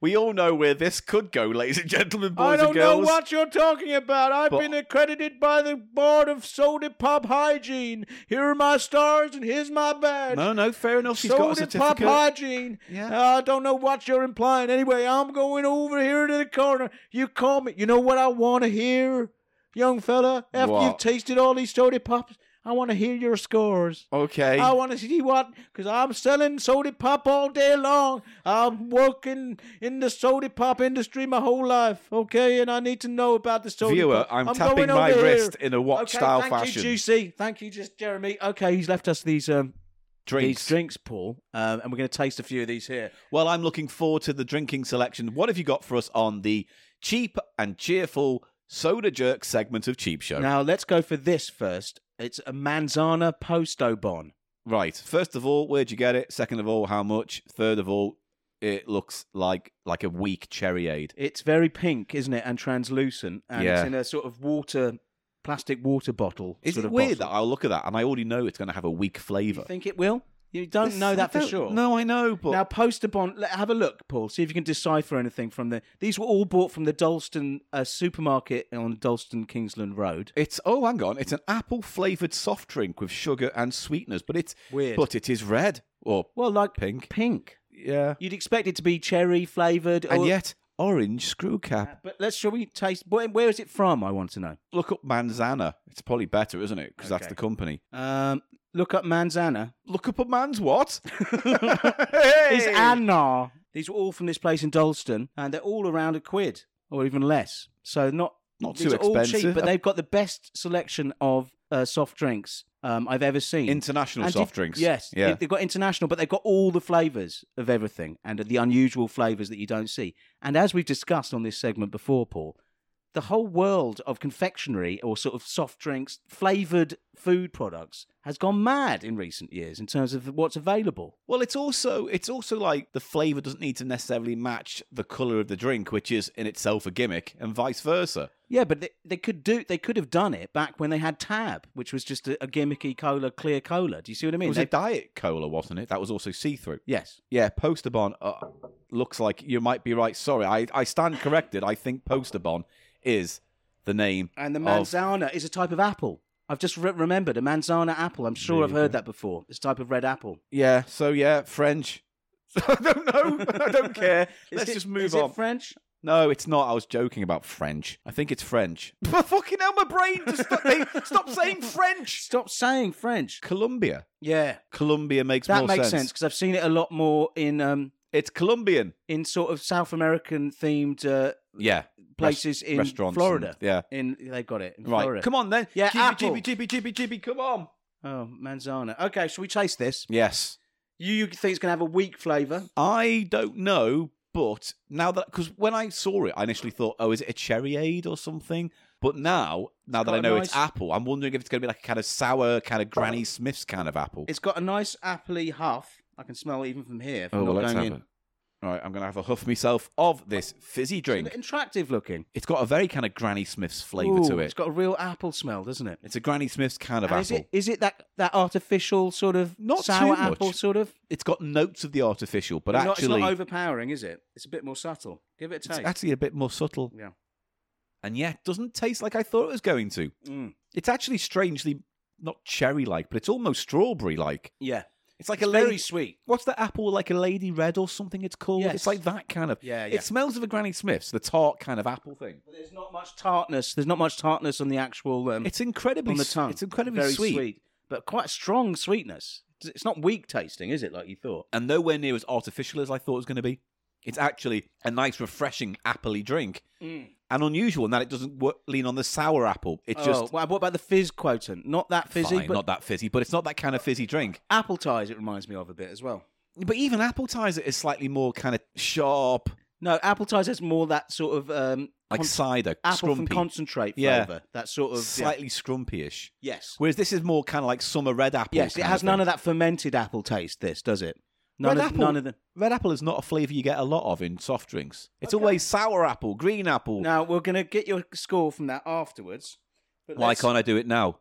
B: we all know where this could go, ladies and gentlemen, boys
A: I don't
B: and girls.
A: know what you're talking about. I've
B: But-
A: been accredited by the Board of Soda Pop Hygiene. Here are my stars and here's my badge.
B: No, no, fair enough. She's got a
A: Soda Pop
B: certificate.
A: Hygiene. Uh,
B: Yeah.
A: I don't know what you're implying. Anyway, I'm going over here to the corner. You call me. You know what I want to hear, young fella? After you've
B: What?
A: tasted all these soda pops, I want to hear your scores.
B: Okay.
A: I want to see what, because I'm selling soda pop all day long. I'm working in the soda pop industry my whole life, okay? And I need to know about the soda
B: Viewer,
A: pop.
B: I'm,
A: going
B: tapping
A: over
B: my
A: here.
B: wrist in a watch
A: okay,
B: style
A: thank
B: fashion.
A: you, Juicy. Thank you, just Jeremy. Okay, he's left us these um
B: Drinks.
D: These drinks, Paul, um, and we're going to taste a few of these here.
B: Well, I'm looking forward to the drinking selection. What have you got for us on the cheap and cheerful soda jerk segment of Cheap Show?
D: Now let's go for this first. It's a manzana postobon.
B: Right. First of all, where'd you get it? Second of all, how much? Third of all, it looks like like a weak cherryade.
D: It's very pink, isn't it, and translucent, and
B: Yeah.
D: it's in a sort of water, plastic water bottle.
B: Is
D: sort
B: it
D: of
B: weird that
D: bottle.
B: I'll look at that and I already know it's going to have a weak flavour?
D: You think it will? You don't
B: This-
D: know
B: I
D: that for
B: don't-
D: sure.
B: No, I know, but
D: Now, postobon. let- Have a look, Paul. See if you can decipher anything from the. These were all bought from the Dalston uh, supermarket on Dalston Kingsland Road.
B: It's oh, hang on. It's an apple flavored soft drink with sugar and sweeteners, but it's
D: Weird.
B: But it is red or
D: Well, like
B: Pink.
D: Pink.
B: Yeah.
A: You'd expect it to be cherry flavored,
B: And yet, orange screw cap.
A: But let's shall we taste? Where, where is it from? I want to know.
B: Look up Manzana. It's probably better, isn't it? Because that's
A: Okay.
B: the company.
A: Um, look up Manzana.
B: Look up a man's what?
A: Is
B: Hey!
A: Anna. These were all from this place in Dalston, and they're all around a quid or even less. So not
B: Not
A: these
B: too
A: are all
B: expensive.
A: cheap, but
B: Uh,
A: they've got the best selection of uh, soft drinks um, I've ever seen.
B: international
A: And
B: soft
A: if-
B: drinks.
A: Yes,
B: Yeah.
A: they've got international, but they've got all the flavors of everything and the unusual flavors that you don't see. And as we've discussed on this segment before, Paul, the whole world of confectionery or sort of soft drinks, flavored food products has gone mad in recent years in terms of what's available.
B: Well, it's also it's also like the flavor doesn't need to necessarily match the color of the drink, which is in itself a gimmick, and vice versa.
A: Yeah, but they, they could do they could have done it back when they had Tab, which was just a, a gimmicky cola, clear cola. Do you see what I
B: It
A: mean?
B: was
A: They-
B: a diet cola, wasn't it? That was also see through.
A: yes.
B: Yeah, Posterbon uh, looks like you might be right. Sorry, I, I stand corrected. I think Posterbon is the name.
A: And the
B: of-
A: manzana is a type of apple. I've just re- remembered a manzana apple. I'm sure I've heard that before. It's a type of red apple.
B: yeah, so yeah, French. I don't know. I don't care.
A: Is
B: Let's
A: it-
B: just move
A: is
B: on.
A: It French?
B: no, it's not. I was joking about French. I think it's French. But fucking hell, my brain just stop, they, stop saying French.
A: Stop saying French.
B: Colombia.
A: Yeah,
B: Colombia makes
A: that
B: more
A: makes sense because I've seen it a lot more in um
B: It's Colombian.
A: in sort of South American themed uh,
B: Yeah.
A: places in
B: restaurants
A: Florida.
B: and- yeah.
A: in they've got it in
B: Right.
A: Florida.
B: Come on then.
A: Yeah,
B: Jibby,
A: apple.
B: jibby, jibby, jibby, jibby. Come on.
A: Oh, manzana. Okay, shall we taste this?
B: Yes.
A: You, you think it's going to have a weak flavour?
B: I don't know, but now that because when I saw it, I initially thought, oh, is it a cherryade or something? But now, now that
A: got
B: I
A: a
B: know it's
A: nice-
B: apple, I'm wondering if it's going to be like a kind of sour, kind of Granny Smith's kind of apple.
A: It's got a nice appley huff. I can smell it even from here. if I'm
B: oh, well,
A: not
B: let's
A: going
B: have
A: in.
B: it. All right, I'm going to have a huff myself of this fizzy
A: It's
B: drink.
A: attractive looking.
B: It's got a very kind of Granny Smith's flavour
A: Ooh,
B: to
A: It's
B: it.
A: got a real apple smell, doesn't it?
B: It's a Granny Smith's kind of
A: And
B: apple.
A: is it is it that that artificial sort of
B: Not
A: sour
B: too much.
A: apple sort of?
B: it's got notes of the artificial, but
A: It's not-
B: actually,
A: it's not overpowering, is it? It's a bit more subtle. Give it a
B: it's
A: taste.
B: actually a bit more subtle.
A: Yeah.
B: And yet, doesn't taste like I thought it was going to.
A: Mm.
B: It's actually strangely not cherry-like, but it's almost strawberry-like.
A: Yeah,
B: It's like
A: it's
B: a lady.
A: very sweet.
B: What's that apple like a lady red or something? It's called.
A: Yes.
B: It's like that kind of.
A: Yeah, yeah.
B: It smells of a Granny Smith's, the tart kind of apple thing.
A: But there's not much tartness. There's not much tartness on the actual um,
B: It's incredibly.
A: on the
B: s-
A: tongue.
B: It's incredibly
A: Very sweet. but quite strong sweetness. It's- It's not weak tasting, is it? Like you thought.
B: and nowhere near as artificial as I thought it was going to be. It's actually a nice, refreshing, appley drink, and unusual in that it doesn't wo- lean on the sour apple. It's just
A: oh, well, what about the fizz quotient? Not that fizzy,
B: Fine,
A: but
B: not that fizzy, but it's not that kind of fizzy drink.
A: apple ties. It reminds me of a bit as well.
B: But even appetizer is slightly more kind of sharp,
A: No, apple ties has more that sort of um,
B: like
A: con-
B: cider,
A: apple from
B: scrumpy,
A: concentrate
B: Yeah.
A: flavour. That sort of yeah.
B: slightly scrumpy-ish.
A: yes,
B: Whereas this is more kind of like summer red apple.
A: yes. It has none of that fermented apple taste. This does it. None
B: Red
A: of
B: apple-
A: none of the.
B: Red apple is not a flavour you get a lot of in soft drinks. It's always sour apple, green apple.
A: Now we're gonna get your score from that afterwards. But
B: Why can't I do it now?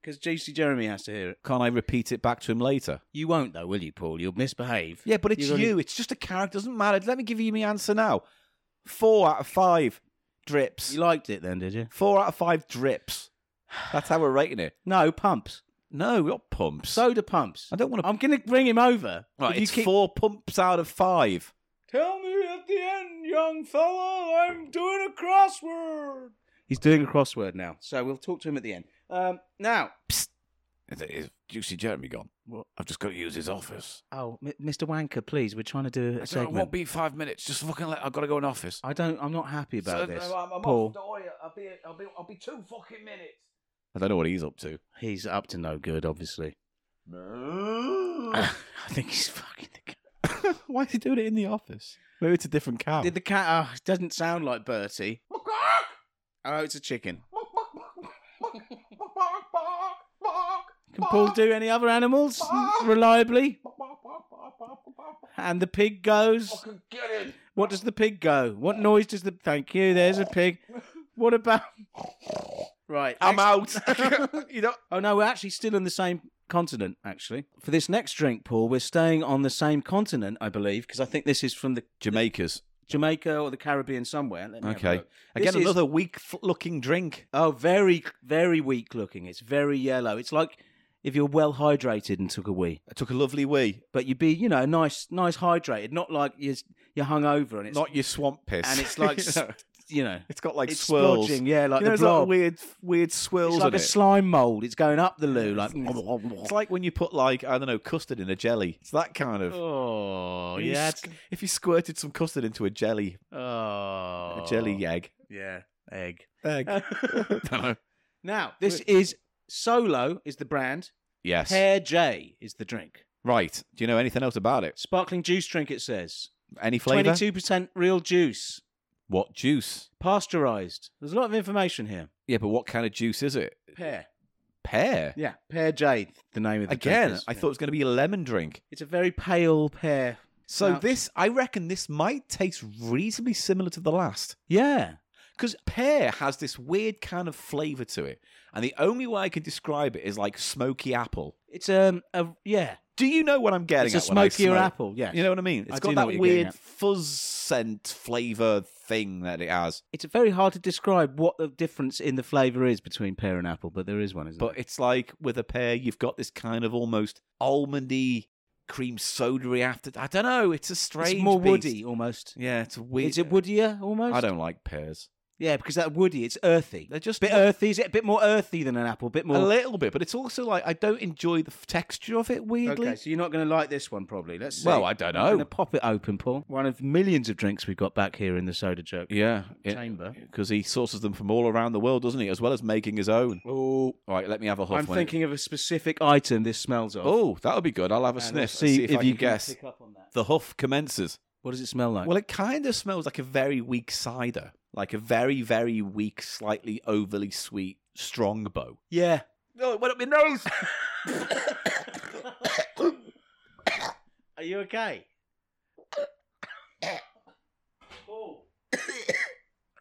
A: Because JC Jeremy has to hear it.
B: Can't I repeat it back to him later?
A: You won't though, will you, Paul? You'll misbehave.
B: Yeah, but it's
A: You're gonna-
B: you. It's just a character. Doesn't matter. Let me give you my answer now. Four out of five drips.
A: You liked it then, did you?
B: Four out of five drips. That's how we're rating it.
A: No pumps,
B: No, not pumps.
A: soda pumps.
B: I don't want to.
A: I'm gonna bring him over.
B: Right,
A: If you
B: it's
A: keep-
B: four pumps out of five.
C: Tell me at the end, young fellow, I'm doing a crossword.
A: He's doing a crossword now, so we'll talk to him at the end. Um, now,
B: Is Juicy Jeremy gone? Well, I've just got to use his office.
A: oh, M- Mr. Wanker, please, we're trying to do a segment.
B: be five minutes. Just fucking let. I've got to go in office.
A: I don't. I'm not happy about this.
C: Paul.
A: Paul,
C: I'll be, I'll be, I'll be two fucking minutes.
B: I don't know what he's up to.
A: he's up to no good, obviously. I think he's fucking the cat.
B: Why is he doing it in the office? Maybe it's a different cow.
A: Did the cat? Oh, it doesn't sound like Bertie. Oh, it's a chicken. Can Paul do any other animals reliably? And the pig goes. What does the pig go? What noise does the? Thank you. There's a pig. What about? Right.
B: I'm
A: next-
B: out. you know.
A: Oh no, we're actually still on the same continent. Actually, for this next drink, Paul, we're staying on the same continent, I believe, because I think this is from the
B: Jamaica's.
A: Jamaica or the Caribbean somewhere. Let me have a
B: Okay.
A: look. This
B: Again,
A: is-
B: another weak f- looking drink.
A: Oh, very, very weak looking. It's very yellow. It's like if you're well hydrated and took a wee.
B: I took a lovely wee.
A: But you'd be, you know, nice, nice hydrated, not like you're you're hungover and it's
B: Not your swamp piss.
A: and it's like
B: You
A: s-
B: know,
A: you know,
B: it's got like
A: it's
B: swirls.
A: splodging, yeah, like
B: you know,
A: the
B: it's like
A: blob.
B: weird, weird swirls
A: it's like
B: in
A: a
B: it.
A: slime mold. It's going up the loo, like
B: It's like when you put like I don't know custard in a jelly. It's that kind of.
A: oh
B: If you
A: yeah,
B: squ- If you squirted some custard into a jelly,
A: oh
B: a jelly egg.
A: yeah, egg.
B: Egg. Dunno.
A: Now this is Solo is the brand.
B: Yes.
A: Hair J is the drink.
B: Right. Do you know anything else about it?
A: Sparkling juice drink. It says
B: Any flavor?
A: twenty two percent real juice,
B: What juice?
A: pasteurized. There's a lot of information here.
B: Yeah, but what kind of juice is it?
A: Pear.
B: Pear.
A: Yeah, Pear J. The name of the drink
B: Again,
A: is.
B: I thought it was going to be a lemon drink.
A: it's a very pale pear.
B: So
A: Now-
B: this, I reckon, this might taste reasonably similar to the last.
A: Yeah,
B: Because pear has this weird kind of flavour to it, and the only way I can describe it is like smoky apple.
A: it's um a yeah.
B: Do you know what I'm getting?
A: It's a
B: at when I
A: smokier
B: smoke?
A: apple. Yeah,
B: You know what I mean? It's
A: I do
B: got
A: know
B: that
A: what you're getting
B: weird
A: at.
B: fuzz scent flavour thing that it has,
A: it's very hard to describe what the difference in the flavour is between pear and apple, but there is one, isn't
B: but it's like with a pear, you've got this kind of almost almondy, cream sodery after. I don't know. It's a
A: there?
B: strange.
A: It's more
B: beast.
A: woody almost.
B: Yeah, it's a weird.
A: Is it woodier almost?
B: I don't like pears.
A: Yeah, because that woody, it's earthy.
B: They're just
A: bit
B: not-
A: earthy. Is it a bit more earthy than an apple? bit more.
B: a little bit, but it's also like I don't enjoy the f- texture of it. Weirdly,
A: Okay, so you're not going to like this one probably. Let's see.
B: Well, I don't
A: I'm going
B: know.
A: to pop it open, Paul. One of millions of drinks we've got back here in the soda joke
B: yeah, it-
A: chamber.
B: because he sources them from all around the world, doesn't he? As well as making his own.
A: Oh,
B: All right, let me have a huff.
A: I'm
B: when it-
A: thinking of a specific item this smells of.
B: Oh, that would be good. I'll have a
A: And
B: sniff.
A: let's
B: See, see if, I
A: you
B: can guess.
A: pick up on that.
B: The huff commences.
A: What does it smell like?
B: Well, it kind of smells like a very weak cider, like a very, very weak, slightly overly sweet strongbow.
A: yeah.
B: No, it went up my nose.
A: Are you okay?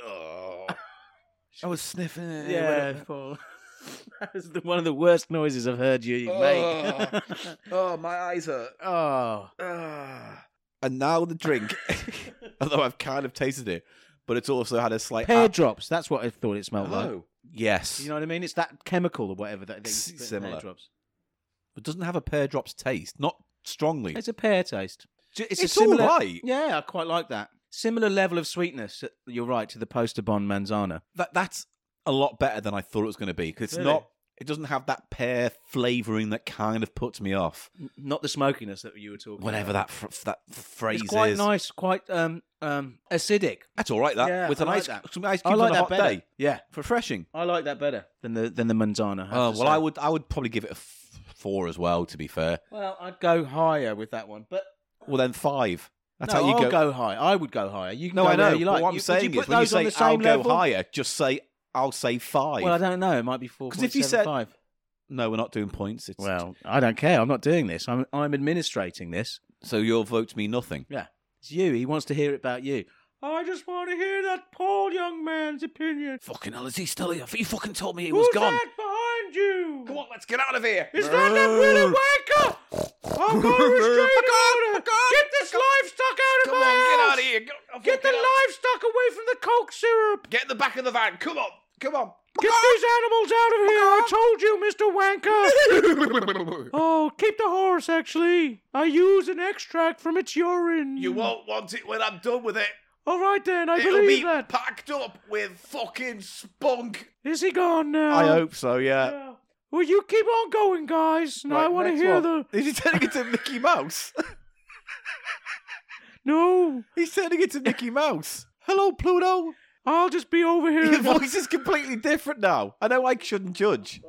A: Oh.
B: I was sniffing it. it went
A: Yeah,
B: up-
A: Paul. That was the, one of the worst noises I've heard you make.
B: Oh, my eyes hurt.
A: oh.
B: Ah. And now the drink, although I've kind of tasted it, but it's also had a slight.
A: Pear
B: ap-
A: drops. That's what I thought it smelled like.
B: Oh. Yes.
A: You know what I mean? It's that chemical or whatever that they
B: S-
A: put in pear
B: similar.
A: drops.
B: But doesn't have a pear drops taste. Not strongly.
A: It's a pear taste. J- It's,
B: It's
A: a similar,
B: all right.
A: Yeah, I quite like that. Similar level of sweetness. uh, You're right to the poster bon manzana.
B: that that's a lot better than I thought it was going to be because it's
A: Really?
B: not. It doesn't have that pear flavoring that kind of puts me off.
A: N- Not the smokiness that you were talking.
B: Whatever
A: about.
B: that fr- that phrase
A: It's quite
B: is.
A: nice. Quite um um acidic.
B: That's all right. That
A: Yeah,
B: with
A: I
B: an
A: like
B: ice
A: that.
B: some ice
A: I
B: cubes
A: like
B: on
A: that
B: a hot
A: better.
B: day.
A: Yeah,
B: Refreshing.
A: I like that better than the than the manzana. I have
B: Oh
A: to say.
B: well, I would I would probably give it a f- four as well. To be fair,
A: Well, I'd go higher with that one, but
B: well then five. That's
A: no,
B: how you
A: I'll
B: go.
A: go. high. I would go higher. You can
B: no,
A: go
B: I know.
A: wherever You
B: but
A: like.
B: what I'm
A: you, would
B: saying
A: you put
B: is, when you
A: those on
B: say
A: the
B: I'll
A: same
B: go
A: level?
B: higher, just say I'll say five.
A: Well, I don't know. It might be four.
B: 'Cause if you said- no, we're not doing points. It's
A: well, I don't care. I'm not doing this. I'm I'm administrating this.
B: so your votes mean nothing.
A: Yeah, it's you. He wants to hear it about you. I just want to hear that poor young man's opinion.
B: Fucking hell, is he still here? You fucking told me he
A: Who's
B: was gone.
A: that behind you?
B: Come on, let's get out of here.
A: Is that that Willy Wanker? I've got a restraining order. Get this livestock out of
B: Come
A: my
B: on, get
A: house.
B: out of here.
A: Get the livestock away from the coke syrup.
B: Get in the back of the van. Come on. Come on.
A: Get these animals out of here. I told you, Mr. Wanker. oh, keep the horse, actually. I use an extract from its urine.
C: You won't want it when I'm done with it.
A: All right, then. I
C: It'll
A: believe
C: be
A: that.
C: packed up with fucking spunk.
A: Is he gone now?
B: I hope so, yeah.
A: Yeah. Well, you keep on going, guys. And I want to hear the.
B: Is he turning into Mickey Mouse?
A: No,
B: He's turning into Mickey Mouse. Hello, Pluto.
A: I'll just be over here.
B: Your
A: in a-
B: voice is completely different now. I know I shouldn't judge.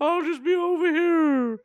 A: I'll just be over here.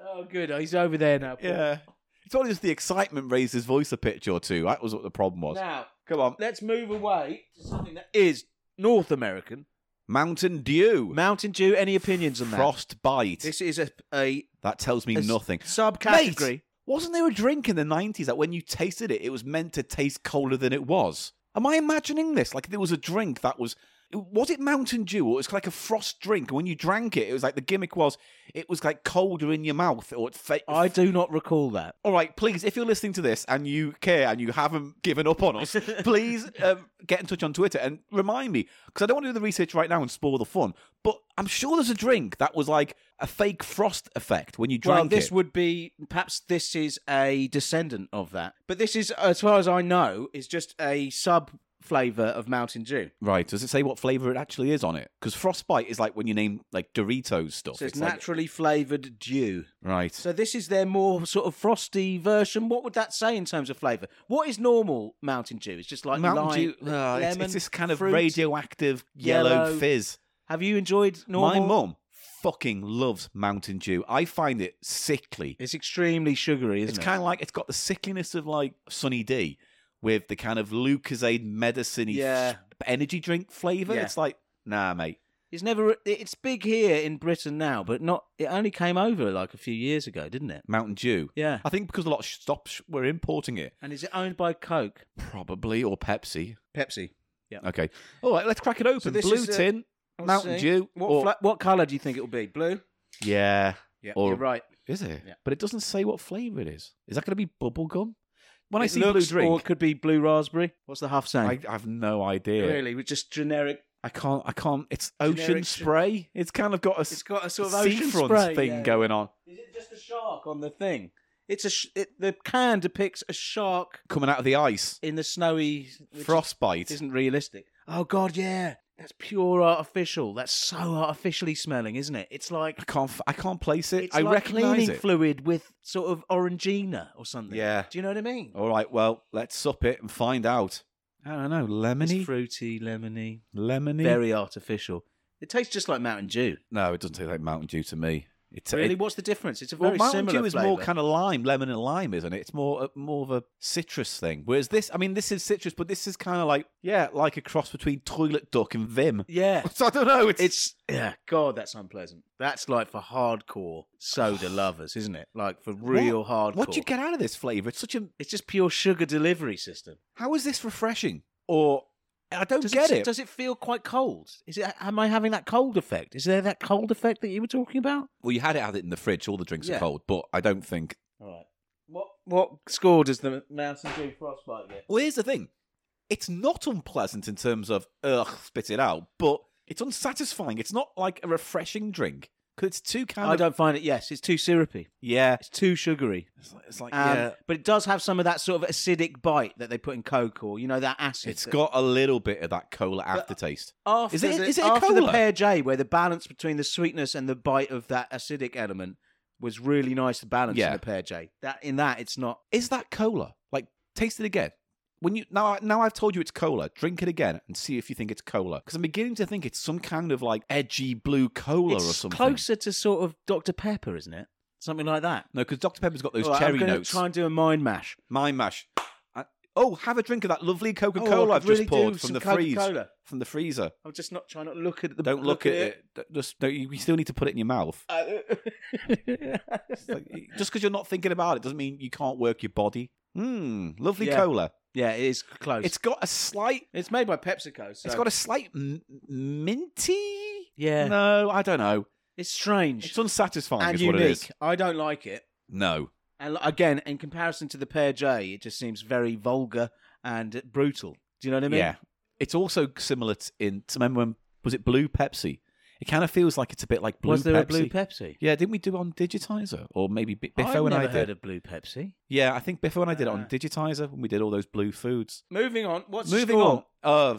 A: Oh, good. He's over there now. Paul.
B: yeah. It's only just the excitement raised his voice a pitch or two. That was what the problem was.
A: Now,
B: Come on.
A: let's move away to something that is North American.
B: Mountain Dew.
A: Mountain Dew, any opinions on that?
B: Frostbite.
A: This is a, a,
B: That tells me
A: a
B: nothing.
A: subcategory.
B: Mate, wasn't there a drink in the 90s that when you tasted it, it was meant to taste colder than it was? Am I imagining this? Like there was a drink that was was it Mountain Dew or it was like a frost drink? And when you drank it, it was like the gimmick was it was like colder in your mouth or it fa-
A: I do not recall that.
B: all right, please, if you're listening to this and you care and you haven't given up on us, please um, get in touch on Twitter and remind me because I don't want to do the research right now and spoil the fun. But I'm sure there's a drink that was like a fake frost effect when you drank
A: Well, this
B: it.
A: would be perhaps this is a descendant of that, but this is, as far as I know, is just a sub flavor of Mountain Dew.
B: right? Does it say what flavor it actually is on it? Because frostbite is like when you name like Doritos stuff.
A: So it's,
B: like-
A: naturally flavored dew.
B: right?
A: So this is their more sort of frosty version. What would that say in terms of flavor? What is normal Mountain Dew? It's just like
B: Mountain
A: lime,
B: Dew, oh, it's-
A: lemon,
B: it's, this kind of
A: fruit.
B: radioactive yellow,
A: yellow.
B: fizz.
A: Have you enjoyed normal?
B: My mum fucking loves Mountain Dew. I find it sickly.
A: It's extremely sugary, isn't
B: It's
A: it?
B: kind of like it's got the sickliness of like Sunny D with the kind of Lucasade medicine
A: Yeah.
B: energy drink flavor.
A: Yeah.
B: It's like, nah, mate.
A: It's never. It's big here in Britain now, but not. It only came over like a few years ago, didn't it?
B: Mountain Dew.
A: Yeah.
B: I think because a lot of shops were importing it,
A: And is it owned by Coke?
B: probably, or Pepsi.
A: Pepsi.
B: Okay. All right, let's crack it open.
A: this
B: Blue
A: is, uh,
B: tin, Mountain Dew.
A: What
B: or-
A: fla- what color do you think it will be? Blue.
B: yeah.
A: Yeah,
B: Or-
A: you're right.
B: Is it?
A: Yeah.
B: But it doesn't say what flavour it is. Is that going to be bubblegum? When I
A: It
B: see blue
A: looks- or
B: drink,
A: it could be blue raspberry. What's the huff saying?
B: I, I have no idea.
A: Really, with just generic.
B: I can't. I can't. It's ocean
A: Generic-
B: spray. It's kind of got a
A: It's
B: s-
A: got a sort of ocean
B: seafront
A: spray
B: thing
A: yeah.
B: going on.
A: Is it just a shark on the thing? It's a. Sh- it, the can depicts a shark
B: coming out of the ice.
A: in the snowy which
B: Frostbite.
A: Isn't realistic. Oh God, yeah. That's pure artificial. That's so artificially smelling, isn't it? It's like
B: I can't. f- I can't place it.
A: it's
B: I
A: like
B: recognise
A: cleaning
B: it.
A: fluid with sort of orangina or something.
B: Yeah.
A: Do you know what I mean?
B: All right. Well, let's sup it and find out. I don't know.
A: It's
B: Lemony.
A: fruity, lemony,
B: lemony.
A: very artificial. It tastes just like Mountain Dew.
B: No, it doesn't taste like Mountain Dew to me. It's
A: Really,
B: It,
A: what's the difference? It's a
B: well,
A: very
B: Mountain
A: similar
B: Dew is
A: flavour.
B: more kind of lime, lemon and lime, isn't it? It's more uh, more of a citrus thing. Whereas this, I mean, this is citrus, but this is kind of like yeah, like a cross between toilet duck and Vim.
A: yeah.
B: So I don't know. It's,
A: It's yeah, God, that's unpleasant. That's like for hardcore soda lovers, isn't it? Like for real hardcore.
B: what do you get out of this flavour? It's such a
A: It's just pure sugar delivery system.
B: how is this refreshing? Or I don't
A: Does
B: get
A: it,
B: it.
A: Does it feel quite cold? Is it? Am I having that cold effect? Is there that cold effect that you were talking about?
B: Well, you had it had it in the fridge. All the drinks are
A: Yeah.
B: cold, but I don't think
A: All right. What what score does the Mountain Dew Frostbite get?
B: Well, here's the thing. It's not unpleasant in terms of, ugh, spit it out, but it's unsatisfying. It's not like a refreshing drink because it's too kind
A: I
B: of.
A: don't find it. Yes, it's too syrupy.
B: Yeah.
A: It's too sugary.
B: It's like, it's like,
A: Um,
B: yeah.
A: But it does have some of that sort of acidic bite that they put in Coke or you know that acid.
B: It's
A: that-
B: got a little bit of that cola aftertaste.
A: after
B: Is it-
A: the,
B: is it a
A: after the
B: cola?
A: pear J, where the balance between the sweetness and the bite of that acidic element was really nice to balance
B: Yeah.
A: in the pear J. That in that it's not.
B: Is that cola? Like, taste it again. When you now, I- now I've told you it's cola. Drink it again and see if you think it's cola. Because I'm beginning to think it's some kind of like edgy blue cola or
A: it's
B: something.
A: closer to sort of Dr Pepper, isn't it? Something like that.
B: No, because Dr Pepper's got those
A: All right,
B: cherry
A: I'm gonna
B: notes.
A: Try and do a mind mash.
B: Mind mash. I- oh, have a drink of that lovely Coca
A: Oh, I
B: Cola
A: could
B: I've
A: really
B: just poured
A: do
B: from
A: some
B: the freeze.
A: Coca-Cola.
B: From the freezer.
A: I'm just not trying to look at the.
B: Don't look, at it. D- Just no, you, you still need to put it in your mouth.
A: it.
B: It's like, just because you're not thinking about it doesn't mean you can't work your body. Mmm, lovely
A: Yeah.
B: cola.
A: yeah, it is close.
B: It's got a slight.
A: it's made by PepsiCo. So
B: It's got a slight m- minty.
A: yeah.
B: No, I don't know.
A: It's strange
B: It's unsatisfying.
A: and
B: is what it is.
A: unique. I don't like it.
B: No.
A: And like, again, in comparison to the Pear J, it just seems very vulgar and brutal. Do you know what I mean?
B: yeah. It's also similar to in. To remember when was it Blue Pepsi? It kind of feels like it's a bit like Blue
A: Was there
B: Pepsi.
A: a blue Pepsi?
B: Yeah, didn't we do it on Digitizer or maybe B- Biffo
A: I've
B: and
A: never
B: I
A: heard
B: did?
A: of blue Pepsi.
B: Yeah, I think Biffo and I did it on
A: Ah.
B: Digitizer when we did all those blue foods.
A: Moving on. What's
B: Moving
A: the score?
B: on. Uh,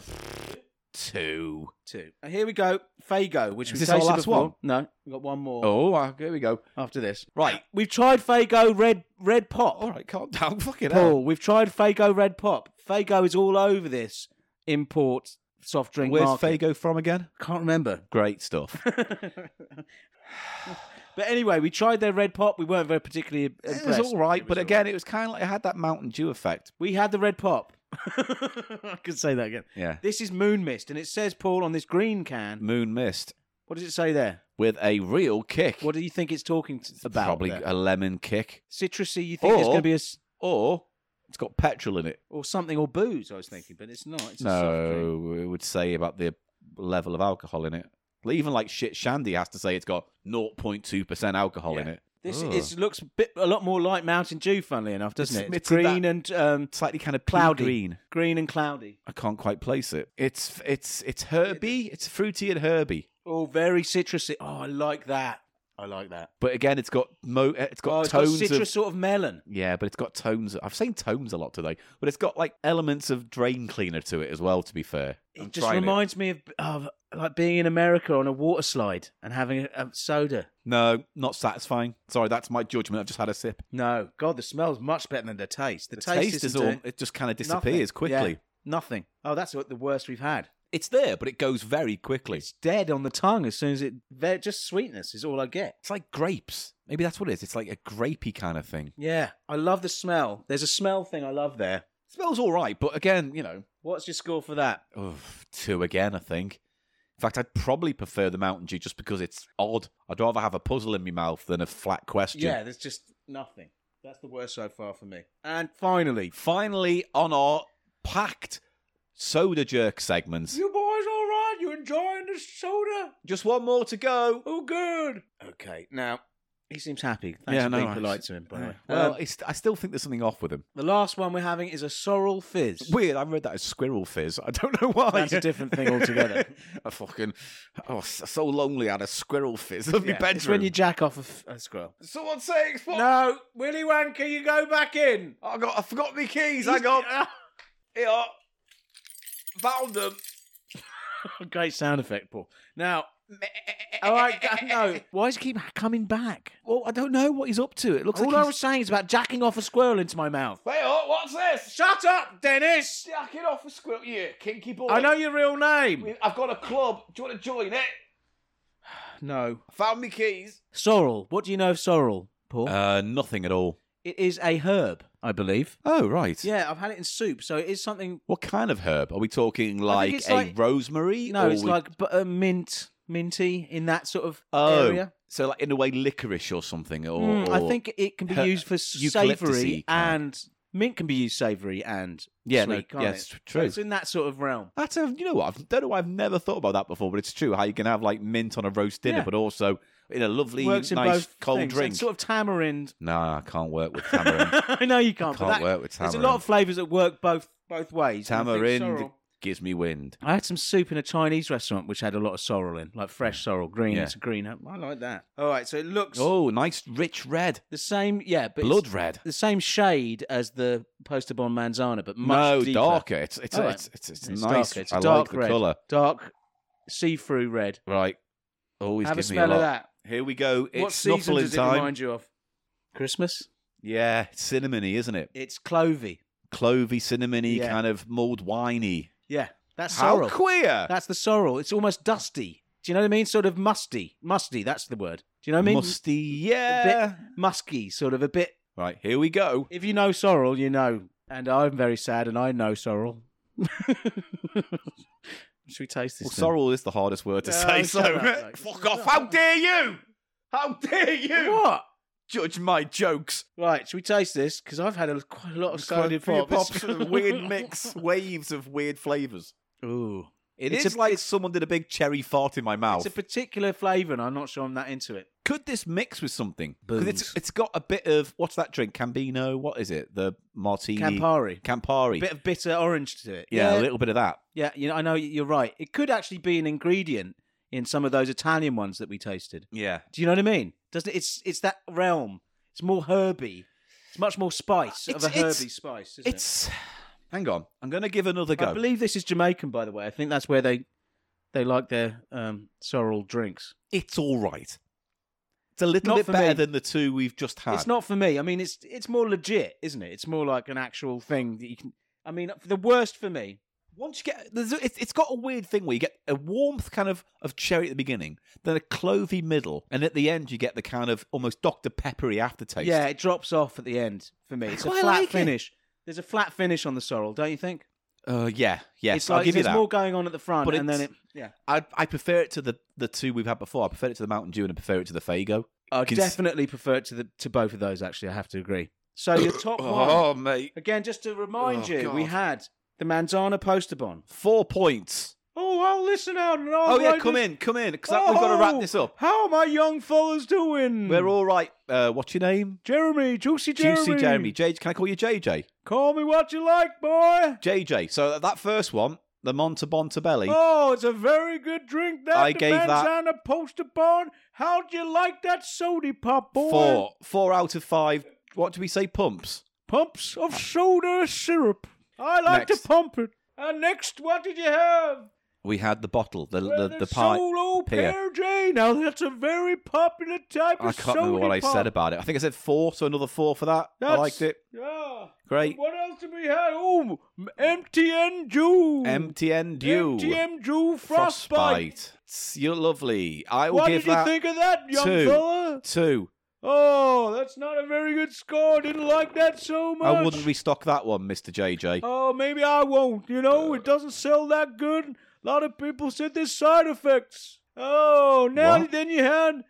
B: two.
A: Two. And here we go. Fago, which
B: Is
A: we
B: this our
A: tasted
B: last
A: before.
B: one?
A: No, we got one more
B: Oh, uh, here we go.
A: after this.
B: Right.
A: We've tried Fago Red Red Pop.
B: All right, calm down. Fucking hell.
A: Paul, we've tried Fago Red Pop. Fago is all over this import soft drink
B: Where's
A: market.
B: Fago from again?
A: Can't remember.
B: Great stuff.
A: But anyway, we tried their Red Pop. We weren't very particularly impressed.
B: it was all right,
A: It was
B: but
A: all
B: again, it was kind of like it had that Mountain Dew effect.
A: We had the red pop. I could say that again.
B: Yeah.
A: This is Moon Mist, and it says, Paul, on this green can.
B: Moon Mist
A: What does it say there?
B: with a real kick.
A: What do you think it's talking t- about?
B: Probably
A: there?
B: a lemon kick,
A: citrusy. You think it's
B: Or-
A: going to be a s-
B: or it's got petrol in it.
A: or something or booze? I was thinking, but it's not. It's a soft drink.
B: No, it would say about the level of alcohol in it. Like, Even like shit shandy has to say it's got 0.2% alcohol in
A: Yeah.
B: it.
A: This
B: Ugh.
A: is, looks a, bit, a lot more like Mountain Dew, funnily enough, doesn't
B: It's
A: it? It's
B: admitted
A: green and um,
B: Slightly kind of pea
A: Cloudy.
B: green.
A: green and cloudy.
B: I can't quite place it. It's it's it's herby. It's fruity and herby.
A: Oh, very citrusy. Oh, I like that. I like that.
B: But again, it's got mo. eh, It's got
A: Oh, it's got
B: tones
A: citrus
B: of
A: sort of melon.
B: yeah, but it's got tones. I've seen tones a lot today, but it's got like elements of drain cleaner to it as well. To be fair,
A: It
B: I'm
A: just
B: trying
A: reminds me of, of like being in America on a water slide and having a, a soda.
B: No, not satisfying. Sorry, that's my judgment. I've just had a sip.
A: No, God, the smell's much better than the taste. The,
B: The taste, is
A: isn't
B: all.
A: doing
B: It just kind of
A: nothing.
B: disappears quickly.
A: Yeah, nothing. Oh, that's what the worst we've had.
B: It's there, but it goes very quickly.
A: It's dead on the tongue as soon as it. ve- Just sweetness is all I get.
B: It's like grapes. Maybe that's what it is. It's like a grapey kind of thing.
A: Yeah, I love the smell. There's a smell thing I love there.
B: smells all right, but again, you know,
A: What's your score for that?
B: ugh, two again, I think. In fact, I'd probably prefer the Mountain Dew just because it's odd. I'd rather have a puzzle in my mouth than a flat question.
A: Yeah, there's just nothing. That's the worst so far for me. And finally,
B: Finally, on our packed soda jerk segments.
A: boys all right? You enjoying the soda?
B: Just one more to go.
A: Oh, good. Okay, now he seems happy. Thanks
B: Yeah,
A: for
B: no,
A: being
B: I-
A: polite to him, by the way.
B: Well,
A: Um,
B: it's, I still think there's something off with him.
A: the last one we're having is a sorrel fizz.
B: Weird, I read that as squirrel fizz. I don't know why.
A: That's a different thing altogether.
B: I fucking, oh, s- so lonely. I had a squirrel fizz of my
A: Yeah,
B: bedroom.
A: It's when you jack off a, f- a squirrel.
B: Someone say it's
A: No, Willy Wanker, you go back in.
B: I got. I forgot my keys. I got. Here, found them.
A: Great sound effect, Paul. Now,
B: Oh,
A: all right, g- no. Why does he keep coming back?
B: Well, I don't know what he's up to. It looks
A: All
B: like
A: I was saying is about jacking off a squirrel into my mouth.
B: Hey, oh, what's this?
A: Shut up, Dennis.
B: Jack it off a squirrel, you kinky boy.
A: I know your real name.
B: I've got a club. Do you want to join it?
A: No.
B: Found me keys.
A: Sorrel. What do you know of sorrel, Paul?
B: Uh, nothing at all.
A: it is a herb, I believe.
B: Oh right.
A: Yeah, I've had it in soup, so it is something.
B: What kind of herb? Are we talking like
A: it's
B: a
A: like-
B: rosemary?
A: You know,
B: or
A: it's
B: Oh, we-
A: like but, uh, mint, minty in that sort of
B: oh,
A: area.
B: so like in a way licorice or something, or,
A: Mm, I
B: or-
A: think it can be
B: her-
A: used for
B: eucalyptus-y
A: savoury
B: kind.
A: and mint can be used savoury and
B: yeah, no,
A: sweet. can't
B: yeah,
A: it?
B: it's tr-
A: So
B: true.
A: it's in that sort of realm.
B: That's a, you know what? I don't know. why I've never thought about that before, but it's true. How you can have like mint on a roast dinner,
A: Yeah.
B: but also in a lovely,
A: Works in
B: nice
A: both
B: cold
A: things. And
B: drink.
A: sort of tamarind.
B: Nah, I can't work with tamarind.
A: I know you can't. but
B: can't
A: that-
B: work with
A: There's
B: tamarind.
A: a lot of flavours that work both both ways. and I think
B: Tamarind.
A: sorrel-
B: Gives me wind.
A: I had some soup in a Chinese restaurant which had a lot of sorrel in, like fresh sorrel, green.
B: Yeah.
A: It's a green. herb. I like that. All right, so it looks
B: Oh, nice rich red,
A: the same. Yeah, but
B: blood
A: it's
B: red.
A: the same shade as the poster bon manzana, but much
B: No,
A: deeper.
B: darker. It's it's
A: All right.
B: it's, it's, it's,
A: It's
B: nice.
A: darker. It's a
B: I
A: dark
B: like the
A: red.
B: color.
A: dark, see-through red.
B: Right. Always
A: Have a
B: gives me
A: smell
B: a lot.
A: of that.
B: Here we go. It's
A: what season
B: snuffling
A: does it
B: time.
A: remind you of? Christmas.
B: Yeah, it's cinnamony, isn't it?
A: It's clovey.
B: Clovey, cinnamony,
A: Yeah.
B: kind of mulled winey.
A: Yeah, that's
B: How
A: sorrel.
B: queer!
A: That's the sorrel. It's almost dusty. Do you know what I mean? Sort of musty. Musty. That's the word. Do you know what I mean?
B: Musty, yeah.
A: Musky. Sort of a bit
B: Right, here we go.
A: If you know Sorrel, you know. And I'm very sad, and I know Sorrel. Should we taste this?
B: Well,
A: then?
B: sorrel is the hardest word to
A: No,
B: say,
A: shut
B: so
A: up, like-
B: fuck off. How dare you? How dare you
A: What?
B: judge my jokes?
A: Right, should we taste this? Because I've had a, quite a lot of soda
B: Quite a
A: pop.
B: few pops and weird mix, waves of weird flavours.
A: Ooh,
B: it's
A: It's a-
B: like someone did a big cherry fart in my mouth.
A: it's a particular flavour, and I'm not sure I'm that into it.
B: Could this mix with something? 'Cause
A: Booze.
B: it's it's got a bit of what's that drink? Cambino? What is it? The martini?
A: Campari,
B: Campari.
A: bit of bitter orange to it.
B: yeah, a
A: yeah,
B: little bit of that.
A: yeah, You know, I know you're right. It could actually be an ingredient in some of those Italian ones that we tasted.
B: Yeah.
A: Do you know what I mean? Doesn't it? It's it's that realm. It's more herby. It's much more spice of
B: It's-
A: a herby
B: it's-
A: spice. Isn't it?
B: It's. Hang on. I'm going to give another
A: I
B: go.
A: believe this is Jamaican, by the way. I think that's where they they like their um, sorrel drinks.
B: it's all right. It's a little
A: Not
B: bit
A: for
B: better
A: me.
B: than the two we've just had.
A: It's not for me. I mean, it's it's more legit, isn't it? It's more like an actual thing that you can. I mean, the worst for me.
B: Once you get, there's a, it's, it's got a weird thing where you get a warmth kind of of cherry at the beginning, then a clovey middle, and at the end you get the kind of almost Dr Peppery aftertaste.
A: Yeah, it drops off at the end for me. It's a
B: quite
A: flat
B: like it.
A: finish. There's a flat finish on the sorrel, don't you think?
B: uh, yeah, yes.
A: it's like
B: I'll give you
A: there's
B: that.
A: more going on at the front,
B: But
A: and then it.
B: it's-
A: Yeah,
B: I I prefer it to the the two we've had before. I prefer it to the Mountain Dew and I prefer it to the Fago.
A: I
B: Cons-
A: definitely prefer it to the to both of those. Actually, I have to agree. So your top one
B: mate,
A: again, just to remind
B: Oh,
A: you, we
B: God.
A: had the Manzana Posterbon.
B: four points.
A: Oh, I'll listen out and I'll.
B: Oh yeah,
A: write
B: come
A: this-
B: in, come in, because we've got to wrap
A: Oh,
B: this up.
A: How are my young fellas doing?
B: We're all right. Uh, what's your name?
A: Jeremy, juicy Oh. Jeremy.
B: Juicy Jeremy. J- can I call you JJ?
A: Call me what you like, boy.
B: JJ. So that first one, the Monta Bontebelli.
A: Oh, it's a very good drink. That
B: I gave
A: depends
B: that-
A: on a poster upon. How'd you like that sody pop, boy?
B: Four. Four out of five. What do we say? Pumps.
A: pumps of soda syrup. I like
B: Next.
A: to pump it. And next, what did you have?
B: We had the bottle, the
A: Well,
B: the, the pie.
A: Solo
B: pier.
A: Pear Jane. Now that's a very popular type
B: I
A: of
B: can't remember
A: soda
B: what I
A: pop.
B: said about it. I think I said four, so another four for that. I
A: That's-
B: liked it.
A: Yeah.
B: Great.
A: What else did we have? Oh, MTN Jew.
B: MTN Dew.
A: MTN Jew Frostbite.
B: Frostbite. It's- You're lovely. I will
A: What
B: give
A: did you
B: that
A: think of that, young
B: two.
A: fella?
B: two.
A: Oh, that's not a very good score. I didn't like that so much.
B: I wouldn't restock that one, Mr. JJ.
A: Oh, maybe I won't. You know, it doesn't sell that good. A lot of people said there's side effects. Oh, now
B: What?
A: then you had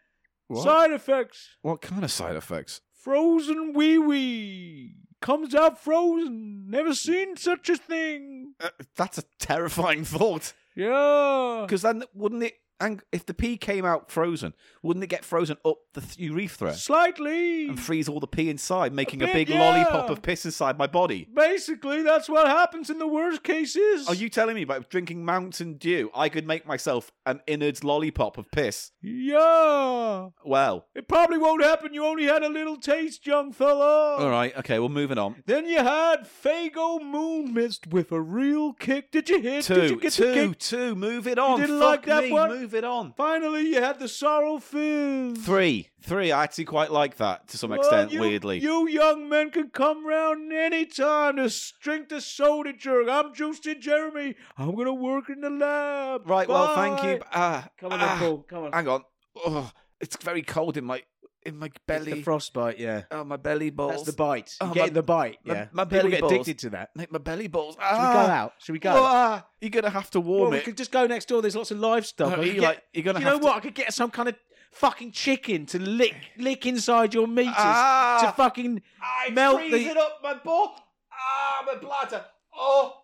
B: What?
A: side effects.
B: What kind of side effects?
A: Frozen wee wee comes out frozen. Never seen such a thing.
B: Uh, that's a terrifying thought.
A: Yeah.
B: Because then wouldn't it? ang- If the pea came out furthen, wouldn't it get frozen up the th- urethra
A: Slightly.
B: and freeze all the pea inside, making a,
A: bit,
B: big
A: yeah.
B: lollipop of piss inside my body?
A: Basically, that's what happens in the worst cases.
B: Are you telling me by drinking Mountain Dew, I could make myself an innards lollipop of piss?
A: Yeah.
B: Well,
A: It probably won't happen. You only had a little taste, young fella.
B: all right, okay, well, moving on.
A: Then you had Fago Moon Mist with a real kick. Did you hit? Did
B: Two,
A: you get the
B: two,
A: kick?
B: two, move it on.
A: didn't
B: Fuck
A: like that
B: me,
A: one?
B: move it on.
A: Finally, you had the Sorrow Fizz.
B: Three, three, I actually quite like that to some
A: Well,
B: extent,
A: you-
B: weirdly.
A: You young men can come round any time to drink the soda jerk. I'm Juicy Jeremy. I'm going to work in the lab.
B: Right, well, thank you.
A: Bye.
B: Ah,
A: Come on,
B: ah,
A: Uncle. Come on.
B: Hang on. Oh, it's very cold in my in my belly.
A: frostbite, yeah.
B: oh, my belly balls.
A: That's the bite.
B: Oh,
A: You
B: my-
A: getting the bite,
B: my-
A: yeah.
B: my
A: People
B: belly
A: get
B: balls.
A: addicted to that.
B: Make my belly balls.
A: Should we
B: Ah,
A: go out? Should we go? out?
B: Ah, you're gonna have to warm
A: Well, we
B: it.
A: could just go next door. There's lots of live stuff.
B: No,
A: I could
B: you
A: get-
B: like- you're gonna
A: you
B: have
A: know
B: to-
A: what? I could get some kind of fucking chicken to lick lick inside your meters
B: Ah!
A: to fucking
B: I
A: melt
B: freeze
A: the-
B: it up, my ball. Ah, my bladder. Oh,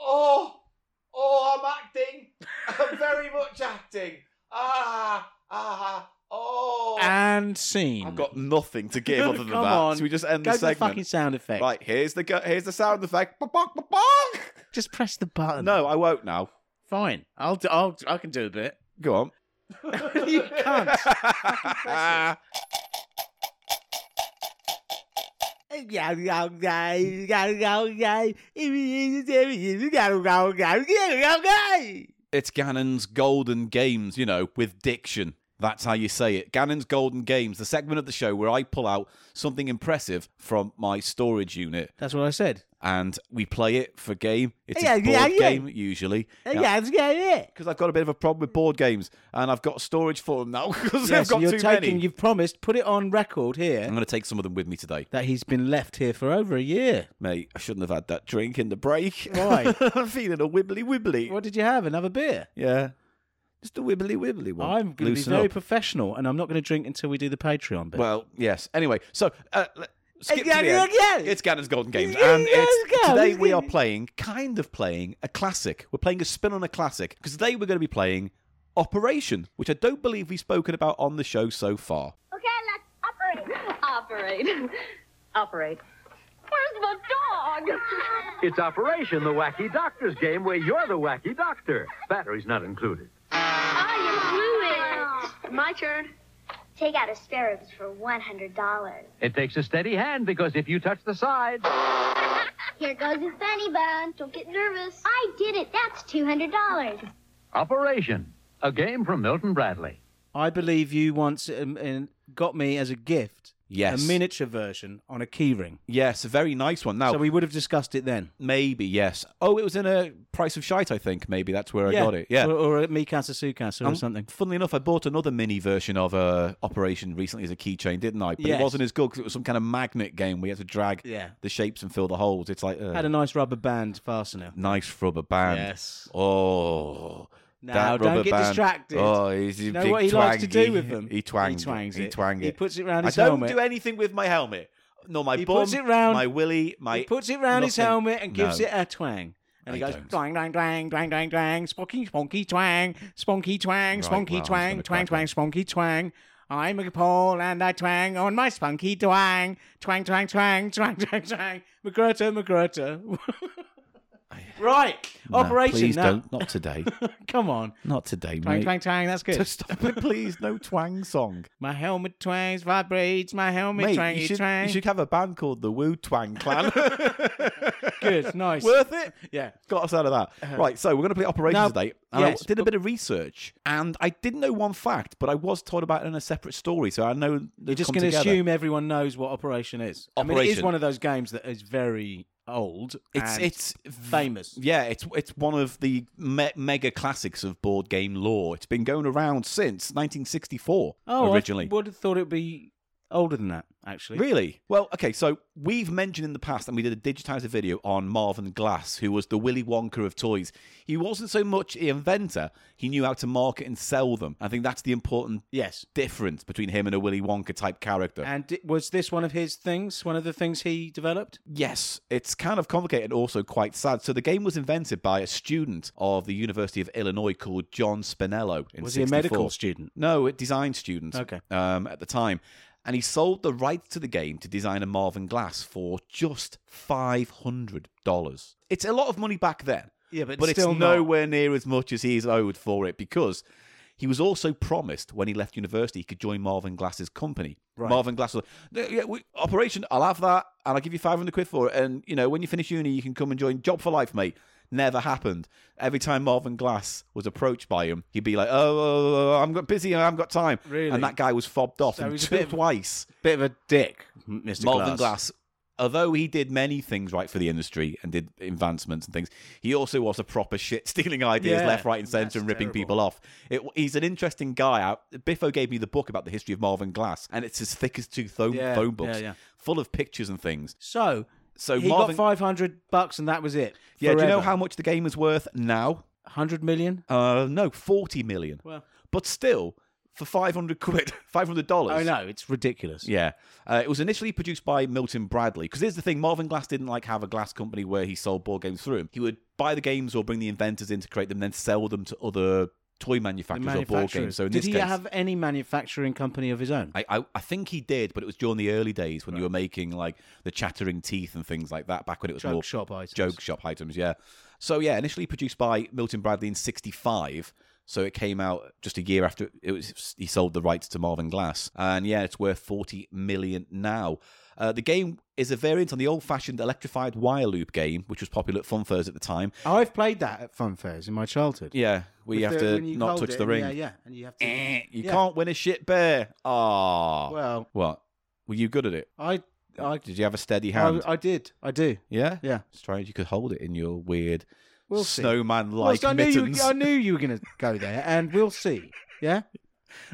B: oh, oh! I'm acting. I'm very much acting. Ah, ah, oh.
A: and scene.
B: I've got nothing to give other than
A: Mm. Come
B: that.
A: on.
B: Should we just end
A: go
B: the
A: to the
B: segment?
A: fucking sound effect.
B: Right, here's the go- here's the sound effect. Bonk, bonk, bonk, bonk.
A: Just press the button.
B: No, I won't now.
A: fine. I'll do, I'll I can do a bit.
B: Go on.
A: you can't.
B: it's Gannon's Golden Games, you know, with diction. That's how you say it. Gannon's Golden Games, the segment of the show where I pull out something impressive from my storage unit
A: That's what I said.
B: and we play it for game. It's
A: Yeah,
B: a board
A: yeah, yeah. Uh,
B: game usually.
A: Yeah, let's get it.
B: Because I've got a bit of a problem with board games and I've got storage for them now because
A: Yeah,
B: I've
A: so
B: got
A: you're
B: too
A: taking.
B: many. Mm.
A: You've promised. Put it on record here
B: I'm going to take some of them with me today.
A: that he's been left here for over a year.
B: Mate, I shouldn't have had that drink in the break.
A: Why?
B: I'm feeling a wibbly wibbly.
A: What did you have? Another beer?
B: Yeah. Just a wibbly wibbly one.
A: I'm going to be
B: Loosen
A: very
B: up.
A: professional, and I'm not going to drink until we do the Patreon bit.
B: Well, yes. Anyway, so uh, le- skip to the
A: Again,
B: end.
A: again.
B: It's Gannon's Golden Games,
A: Yeah,
B: and
A: yeah,
B: it's,
A: it's Gannon's
B: today we are
A: Games.
B: playing, kind of playing a classic. We're playing a spin on a classic because today we're going to be playing Operation, which I don't believe we've spoken about on the show so far.
E: Okay, let's operate. Operate. Operate. Where's the dog?
F: It's Operation the Wacky Doctor's game where you're the wacky doctor. Batteries not included.
E: I am fluid. My turn.
G: Take out asparagus for $100.
F: It takes a steady hand because if you touch the sides,
G: Here goes his funny bone. Don't get nervous. I did it. That's $200.
F: Operation, a game from Milton Bradley.
A: I believe you once um, um, got me as a gift
B: Yes.
A: a miniature version on a keyring.
B: Yes, a very nice one. Now,
A: So we would have discussed it then.
B: maybe yes. Oh, it was in a price of shite, I think. Maybe that's where I got it. Yeah.
A: Or, or a Mikasa Sukasa or something.
B: Funnily enough, I bought another mini version of uh, Operation recently as a keychain, didn't I? But
A: Yes.
B: it wasn't as good because it was some kind of magnet game where you had to drag
A: Yeah.
B: the shapes and fill the holes. It's like uh,
A: Had a nice rubber band fastener.
B: nice rubber band.
A: Yes.
B: Oh.
A: Now,
B: that
A: don't
B: rubber
A: get
B: band.
A: distracted.
B: Oh, he's a
A: You know
B: big
A: what he likes to
B: twangy.
A: do with them?
B: He twanged.
A: He twangs
B: He
A: it.
B: twanged
A: He puts it round
B: I
A: his
B: don't
A: helmet.
B: do anything with my helmet. No, my
A: He
B: bum,
A: puts it round-
B: my willy, my
A: he puts it round his
B: nothing.
A: helmet and gives
B: No.
A: it a twang. And he
B: I
A: goes,
B: don't.
A: twang, twang, twang, twang, twang, twang, sponky, sponky, twang, sponky, twang, sponky,
B: Right, well, I'm just
A: twang, twang,
B: gonna crack on.
A: twang, sponky, twang. I'm McPaul and I twang on my spunky twang. Twang, twang, twang, twang, twang, twang. McGrutter, McGrutter. right. Operation.
B: Please
A: no.
B: don't. Not today.
A: Come on.
B: Not today,
A: Twang,
B: mate.
A: twang, twang. That's good.
B: Stop it, please. No twang song.
A: My helmet twangs, vibrates. My helmet
B: Mate,
A: twangy
B: you, should,
A: twang.
B: you should have a band called the Woo Twang Clan.
A: Good. Nice.
B: Worth it?
A: yeah.
B: Got us out of that. Right, so we're going to play Operation
A: Uh-huh. Now-
B: today. And
A: yes,
B: I did a
A: but-
B: bit of research, and I didn't know one fact, but I was told about it in a separate story, so I know they're
A: Just
B: going to
A: assume everyone knows what Operation is. I mean, it is
B: Operation.
A: one of those games that is very old.
B: It's
A: and
B: it's
A: famous.
B: yeah, it's it's one of the me- mega classics of board game lore. It's been going around since 1964
A: Oh,
B: originally.
A: I would have thought it would be older than that, actually.
B: Really? Well, okay, so we've mentioned in the past, and we did a digitized video on Marvin Glass, who was the Willy Wonka of toys. He wasn't so much an inventor, he knew how to market and sell them. I think that's the important
A: Yes.
B: difference between him and a Willy Wonka type character.
A: And it, was this one of his things? One of the things he developed?
B: yes, it's kind of complicated and also quite sad. So the game was invented by a student of the University of Illinois called John Spinello. In
A: Was he a medical
B: 64.
A: student?
B: No, a design student.
A: Okay.
B: Um, at the time, and he sold the rights to the game to designer Marvin Glass for just five hundred dollars. It's a lot of money back then.
A: Yeah, but
B: but it's
A: still not-
B: nowhere near as much as he's owed for it because he was also promised when he left university he could join Marvin Glass's company.
A: Right.
B: Marvin Glass was like, "Yeah, we, Operation, I'll have that and I'll give you 500 quid for it. And, you know, when you finish uni, you can come and join Job for Life, mate. Never happened. Every time Marvin Glass was approached by him, he'd be like, oh, oh, oh, oh, I'm got- busy, I haven't got time.
A: Really?
B: And that guy was fobbed off
A: So
B: and
A: he's a
B: two-
A: bit of-
B: twice.
A: Bit of a dick, Mr.
B: Marvin Glass. although he did many things right for the industry and did advancements and things, he also was a proper shit stealing ideas
A: Yeah,
B: left, right, and centre
A: that's
B: and ripping
A: terrible.
B: people off. It, he's an interesting guy. I, Biffo gave me the book about the history of Marvin Glass, and it's as thick as two phone,
A: Yeah,
B: phone books,
A: yeah, yeah.
B: full of pictures and things.
A: So,
B: So
A: he
B: Marvin-
A: got 500 bucks and that was it.
B: Yeah, do you know
A: Forever.
B: how much the game is worth now?
A: 100 million?
B: Uh, no, forty million.
A: Well-
B: but still, for five hundred quid, five hundred dollars.
A: Oh, no, it's ridiculous.
B: Yeah. Uh, it was initially produced by Milton Bradley. Because here's the thing Marvin Glass didn't like have a glass company where he sold board games through him. He would buy the games or bring the inventors in to create them, then sell them to other toy
A: The
B: manufacturers or board
A: manufacturer.
B: games. So in
A: Did
B: this
A: he
B: case,
A: have any manufacturing company of his own?
B: I, I, I think he did, but it was during the early days when you were making like the chattering teeth and things like that. Back when it was
A: Joke
B: more
A: shop items.
B: joke shop items. Yeah. So yeah, initially produced by Milton Bradley in '65. So it came out just a year after it was. He sold the rights to Marvin Glass, and yeah, it's worth forty million now. Uh, the game is a variant on the old-fashioned electrified wire loop game, which was popular at funfairs at the time.
A: I've played that at fun fairs in my childhood.
B: Yeah, where you have to not touch the ring.
A: Yeah, yeah. And you have to.
B: Eh, You
A: Yeah.
B: can't win a shit bear. Ah,
A: Well,
B: what? Were you good at it? Ah,
A: I, I,
B: Did you have a steady
A: I,
B: hand?
A: I did. I do.
B: yeah,
A: Yeah.
B: Strange, you could hold it in your weird
A: We'll see. Well,
B: snowman-like
A: so I knew
B: mittens.
A: you. I knew you were going to go there, and we'll see. Yeah.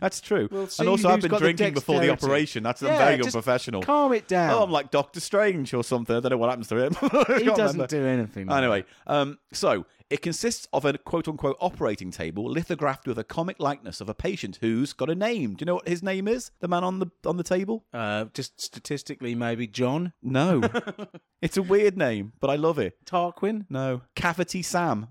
B: That's true.
A: We'll see
B: and also, I've
A: who's
B: been
A: got the
B: drinking before the
A: dexterity.
B: operation. That's I'm
A: Yeah,
B: very
A: just
B: unprofessional.
A: Calm it down.
B: Oh, I'm like Doctor Strange or something. I don't know what happens to him.
A: he doesn't do anything. man.
B: Anyway, um, so it consists of a quote unquote operating table lithographed with a comic likeness of a patient who's got a name. Do you know what his name is? The man on the on the table?
A: Uh, just statistically, maybe John
B: No. it's a weird name, but I love it.
A: Tarquin.
B: No. Cavity Sam.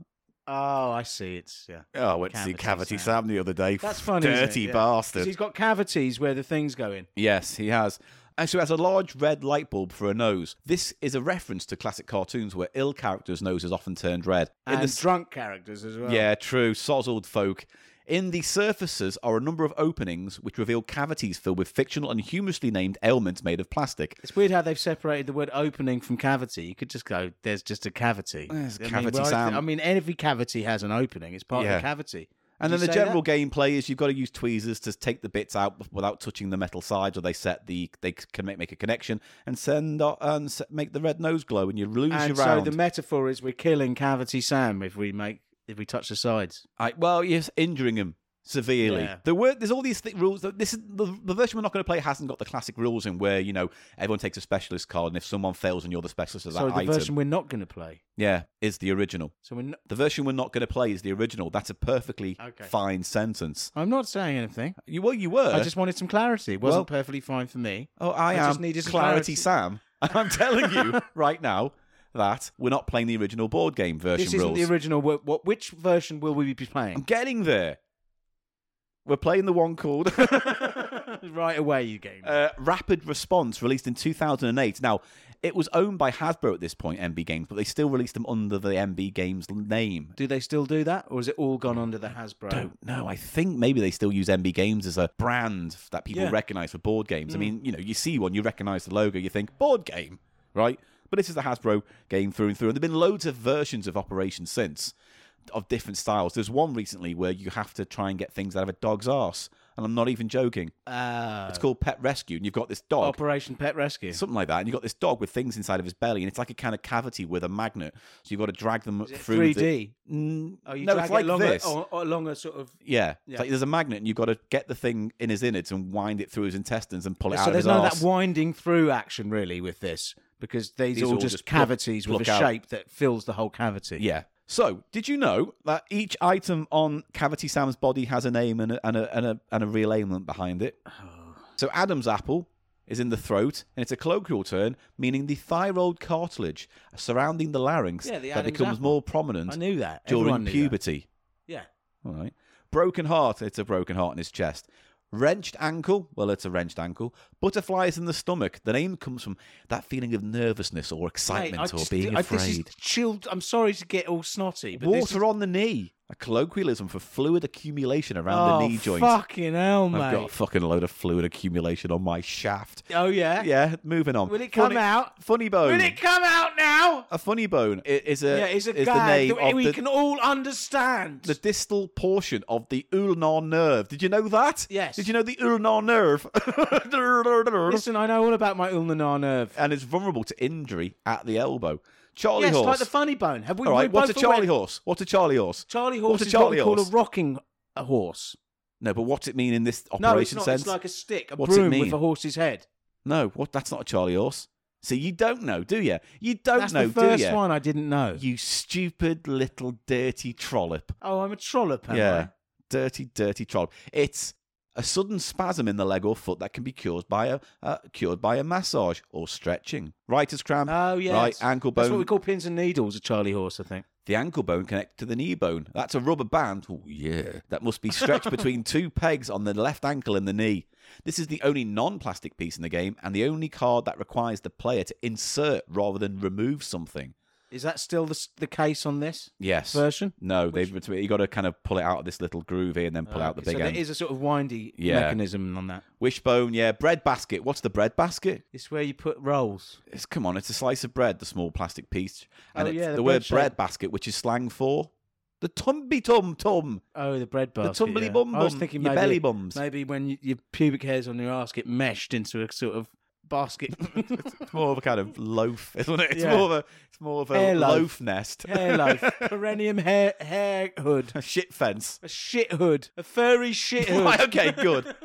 A: Oh, I see. It's yeah.
B: Oh, I went to see
A: Cavity
B: Cavity
A: Sam.
B: Sam. the other day.
A: That's funny. isn't
B: Dirty
A: it? Yeah. 'Cause
B: bastard.
A: He's got cavities where the things go in.
B: Yes, he has. And so has a large red light bulb for a nose. This is a reference to classic cartoons where ill characters' nose is often turned red. In
A: And
B: the s-
A: drunk characters as well.
B: yeah, true, sozzled folk. In the surfaces are a number of openings which reveal cavities filled with fictional and humorously named ailments made of plastic.
A: It's weird how they've separated the word opening from cavity. You could just go, there's just a cavity.
B: There's a
A: I
B: cavity,
A: mean, well, I
B: Sam.
A: th- I mean, every cavity has an opening. It's part of
B: Yeah.
A: the cavity.
B: And
A: Did
B: then
A: you
B: the
A: say
B: general
A: that?
B: gameplay is you've got to use tweezers to take the bits out without touching the metal sides, or they set the they can make, make a connection and send uh, and s- make the red nose glow, and you lose your
A: And so
B: round.
A: the metaphor is we're killing cavity Sam if we make if we touch the sides.
B: I, well, yes, injuring him severely.
A: Yeah.
B: There were there's all these th- rules. That this is the, the version we're not going to play hasn't got the classic rules in where you know everyone takes a specialist card, and if someone fails and you're the specialist of that
A: So the
B: item,
A: version we're not going to play.
B: yeah, is the original.
A: So we're not,
B: The version we're not going to play is the original. That's a perfectly
A: Okay.
B: fine sentence.
A: I'm not saying anything.
B: You well, you were.
A: I just wanted some clarity. It wasn't
B: Uh. well-
A: perfectly fine for me.
B: oh, I,
A: I
B: am
A: just needed some clarity.
B: clarity, Sam, and I'm telling you right now that we're not playing the original board game version
A: This
B: rules.
A: isn't the original. What, what? Which version will we be playing?
B: I'm getting there. We're playing the one called
A: right away, you game.
B: uh, Rapid Response, released in 2008. Now, it was owned by Hasbro at this point, MB Games, but they still released them under the MB Games name.
A: do they still do that, or is it all gone under the Hasbro?
B: don't know. I think maybe they still use MB Games as a brand that people
A: Yeah.
B: recognize for board games. I mean, you know, you see one, you recognize the logo, you think board game, right? But this is the Hasbro game through and through. And there've been loads of versions of Operation since of different styles. There's one recently where you have to try and get things out of a dog's ass, and I'm not even joking.
A: Uh,
B: It's called Pet Rescue, and you've got this dog
A: Operation Pet Rescue.
B: something like that. And you've got this dog with things inside of his belly, and it's like a kind of cavity with a magnet. So you've got to drag them through. the-
A: 3D.
B: Mm,
A: Oh, you
B: no,
A: drag
B: it's
A: it
B: like
A: along
B: this.
A: A, or, or along a sort of.
B: Yeah, It's
A: Yeah.
B: like there's a magnet, and you've got to get the thing in his innards and wind it through his intestines and pull it out
A: so
B: of
A: there's
B: his
A: none
B: arse.
A: of that winding through action really with this because these,
B: These
A: are all,
B: all
A: just,
B: just pluck-
A: cavities with a
B: pluck out.
A: shape that fills the whole cavity.
B: yeah. So, did you know that each item on Cavity Sam's body has a name and a, and a, and a, and a real ailment behind it?
A: Oh.
B: So, Adam's apple is in the throat, and it's a colloquial term meaning the thyroid cartilage surrounding the larynx
A: Yeah, the
B: that
A: Adam's
B: becomes
A: apple.
B: more prominent
A: I knew that. Everyone knew
B: during
A: that.
B: puberty.
A: Yeah.
B: All right. Broken heart, it's a broken heart in his chest. Wrenched ankle, well, it's a wrenched ankle. Butterflies in the stomach, the name comes from that feeling of nervousness or
A: Mate,
B: excitement
A: I
B: or
A: just-
B: being
A: I- this is
B: afraid.
A: chilled. I'm sorry to get all snotty, but
B: Water
A: this is,
B: on the knee, a colloquialism for fluid accumulation around
A: oh,
B: the knee joint.
A: Fucking hell, mate.
B: I've got a fucking load of fluid accumulation on my shaft.
A: oh yeah.
B: Yeah, moving on.
A: Will it come
B: funny,
A: out?
B: Funny bone.
A: Will it come out now?
B: a funny bone i- is a
A: yeah, it's a
B: is the
A: guy
B: name
A: that
B: of
A: we
B: the,
A: can all understand.
B: the distal portion of the ulnar nerve. Did you know that?
A: Yes.
B: Did you know the ulnar nerve?
A: Listen, I know all about my ulnar nerve.
B: and it's vulnerable to injury at the elbow. Charlie
A: yes,
B: horse.
A: like the funny bone. Have we?
B: All right,
A: we
B: what's a
A: both
B: Charlie
A: aware-
B: horse? What's a Charlie horse?
A: Charlie horse
B: What's a
A: is
B: Charlie
A: what we call
B: horse?
A: a rocking a horse.
B: No, but what's it mean in this operation
A: No, it's not.
B: sense?
A: It's like a stick, a
B: What's it
A: broom
B: mean?
A: with a horse's head.
B: No, what? That's not a Charlie horse. See, you don't know, do you? You don't
A: That's
B: know,
A: the first
B: do you?
A: one I didn't know.
B: You stupid little dirty trollop.
A: Oh, I'm a trollop, am
B: yeah, dirty, dirty trollop. It's a sudden spasm in the leg or foot that can be cured by a uh, cured by a massage or stretching. Writer's cramp.
A: I? Oh, yeah.
B: Right ankle bone.
A: That's what we call pins and needles, a Charlie horse, I think.
B: The ankle bone connected to the knee bone. That's a rubber band. Oh, yeah. That must be stretched between two pegs on the left ankle and the knee. This is the only non plastic piece in the game and the only card that requires the player to insert rather than remove something.
A: Is that still the, s- the case on this
B: Yes.
A: version?
B: No, they've you got to kind of pull it out of this little groove here and then pull out the
A: Oh, Okay,
B: big
A: so
B: end.
A: there is a sort of windy
B: Yeah.
A: mechanism on that.
B: Wishbone, yeah. Bread basket. What's the bread basket?
A: It's where you put rolls.
B: It's come on, it's a slice of bread, the small plastic piece, and
A: Oh,
B: it's
A: yeah,
B: the,
A: the
B: word
A: bread
B: bread
A: shape.
B: basket, which is slang for the tumby tum tum.
A: Oh, the bread basket.
B: tumbly
A: yeah.
B: bum
A: I was
B: bum,
A: thinking
B: your
A: maybe,
B: belly bums.
A: Maybe when y your pubic hairs on your ass get meshed into a sort of basket.
B: It's more of a kind of loaf, isn't it? It's
A: Yeah.
B: more of a it's more of a
A: Hair
B: loaf,
A: loaf.
B: nest.
A: hair loaf. Perennium hair, hair hood.
B: a shit fence.
A: A shit hood. A furry shit hood.
B: Right, okay, good.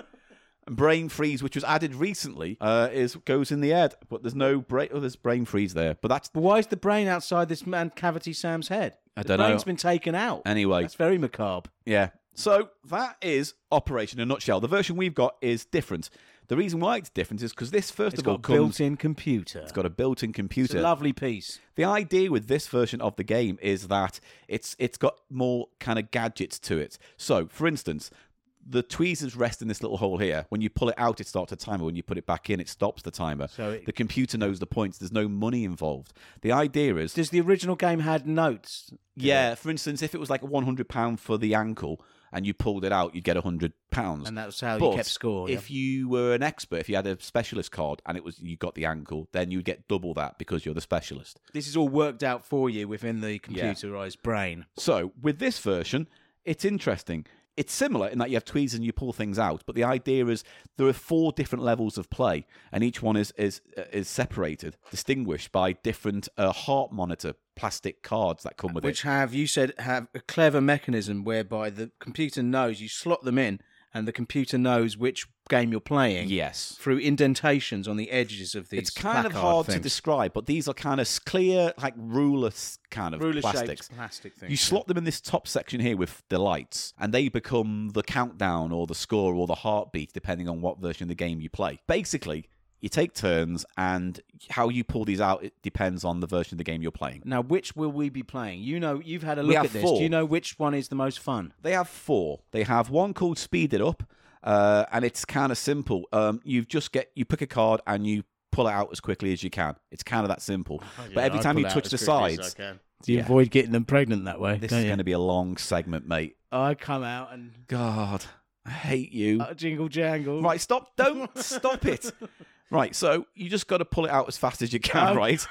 B: And brain freeze, which was added recently, uh, is goes in the head, but there's no brain. Oh, there's brain freeze there, but that's
A: But why is the brain outside this man cavity Sam's head?
B: I
A: the
B: don't know.
A: brain's been taken out.
B: anyway.
A: That's very macabre.
B: Yeah. So that is Operation in a nutshell. The version we've got is different. The reason why it's different is because this first
A: It's
B: of all
A: got a
B: comes.
A: built-in computer.
B: it's got a built-in
A: It's
B: computer.
A: a lovely piece.
B: The idea with this version of the game is that it's it's got more kind of gadgets to it. So, for instance, the tweezers rest in this little hole here. When you pull it out, it starts a timer. When you put it back in, it stops the timer.
A: So it-
B: the computer knows the points. There's no money involved. The idea is,
A: Does the original game had notes?
B: yeah. For instance, if it was like 100 pound for the ankle and you pulled it out, you'd get 100 pounds.
A: And that's how
B: But
A: you kept score. yeah.
B: If you were an expert, if you had a specialist card and it was you got the ankle, then you'd get double that because you're the specialist.
A: This is all worked out for you within the computerized brain.
B: So with this version, it's interesting. It's similar in that you have tweezers and you pull things out, but the idea is there are four different levels of play, and each one is is uh, is separated, distinguished by different uh, heart monitor plastic cards that come with
A: Which
B: it.
A: have, you said, have a clever mechanism whereby the computer knows, you slot them in, and the computer knows which game you're playing
B: Yes,
A: through indentations on the edges of these
B: it's kind of
A: placard
B: hard to
A: things.
B: describe, but these are kind of s- clear, like ruler s- kind of
A: Ruler-shaped
B: plastics.
A: plastic things.
B: You slot them in this top section here with the lights, and they become the countdown or the score or the heartbeat, depending on what version of the game you play. Basically, You take turns, and how you pull these out it depends on the version of the game you're playing.
A: Now, which will we be playing? You know, you've had a
B: We
A: look
B: have
A: at this.
B: four.
A: Do you know which one is the most fun?
B: They have four. They have one called Speed It Up, uh, and it's kind of simple. Um, you just get you pick a card and you pull it out as quickly as you can. It's kind of that simple. but every time you touch the sides,
A: Do you
B: Yeah.
A: avoid getting them pregnant that way?
B: this
A: don't
B: is
A: you?
B: going to be a long segment, mate.
A: I come out and
B: God, I hate you.
A: uh, jingle jangle.
B: Right, stop. Don't stop it. Right, so you just got to pull it out as fast as you can,
A: Um,
B: right?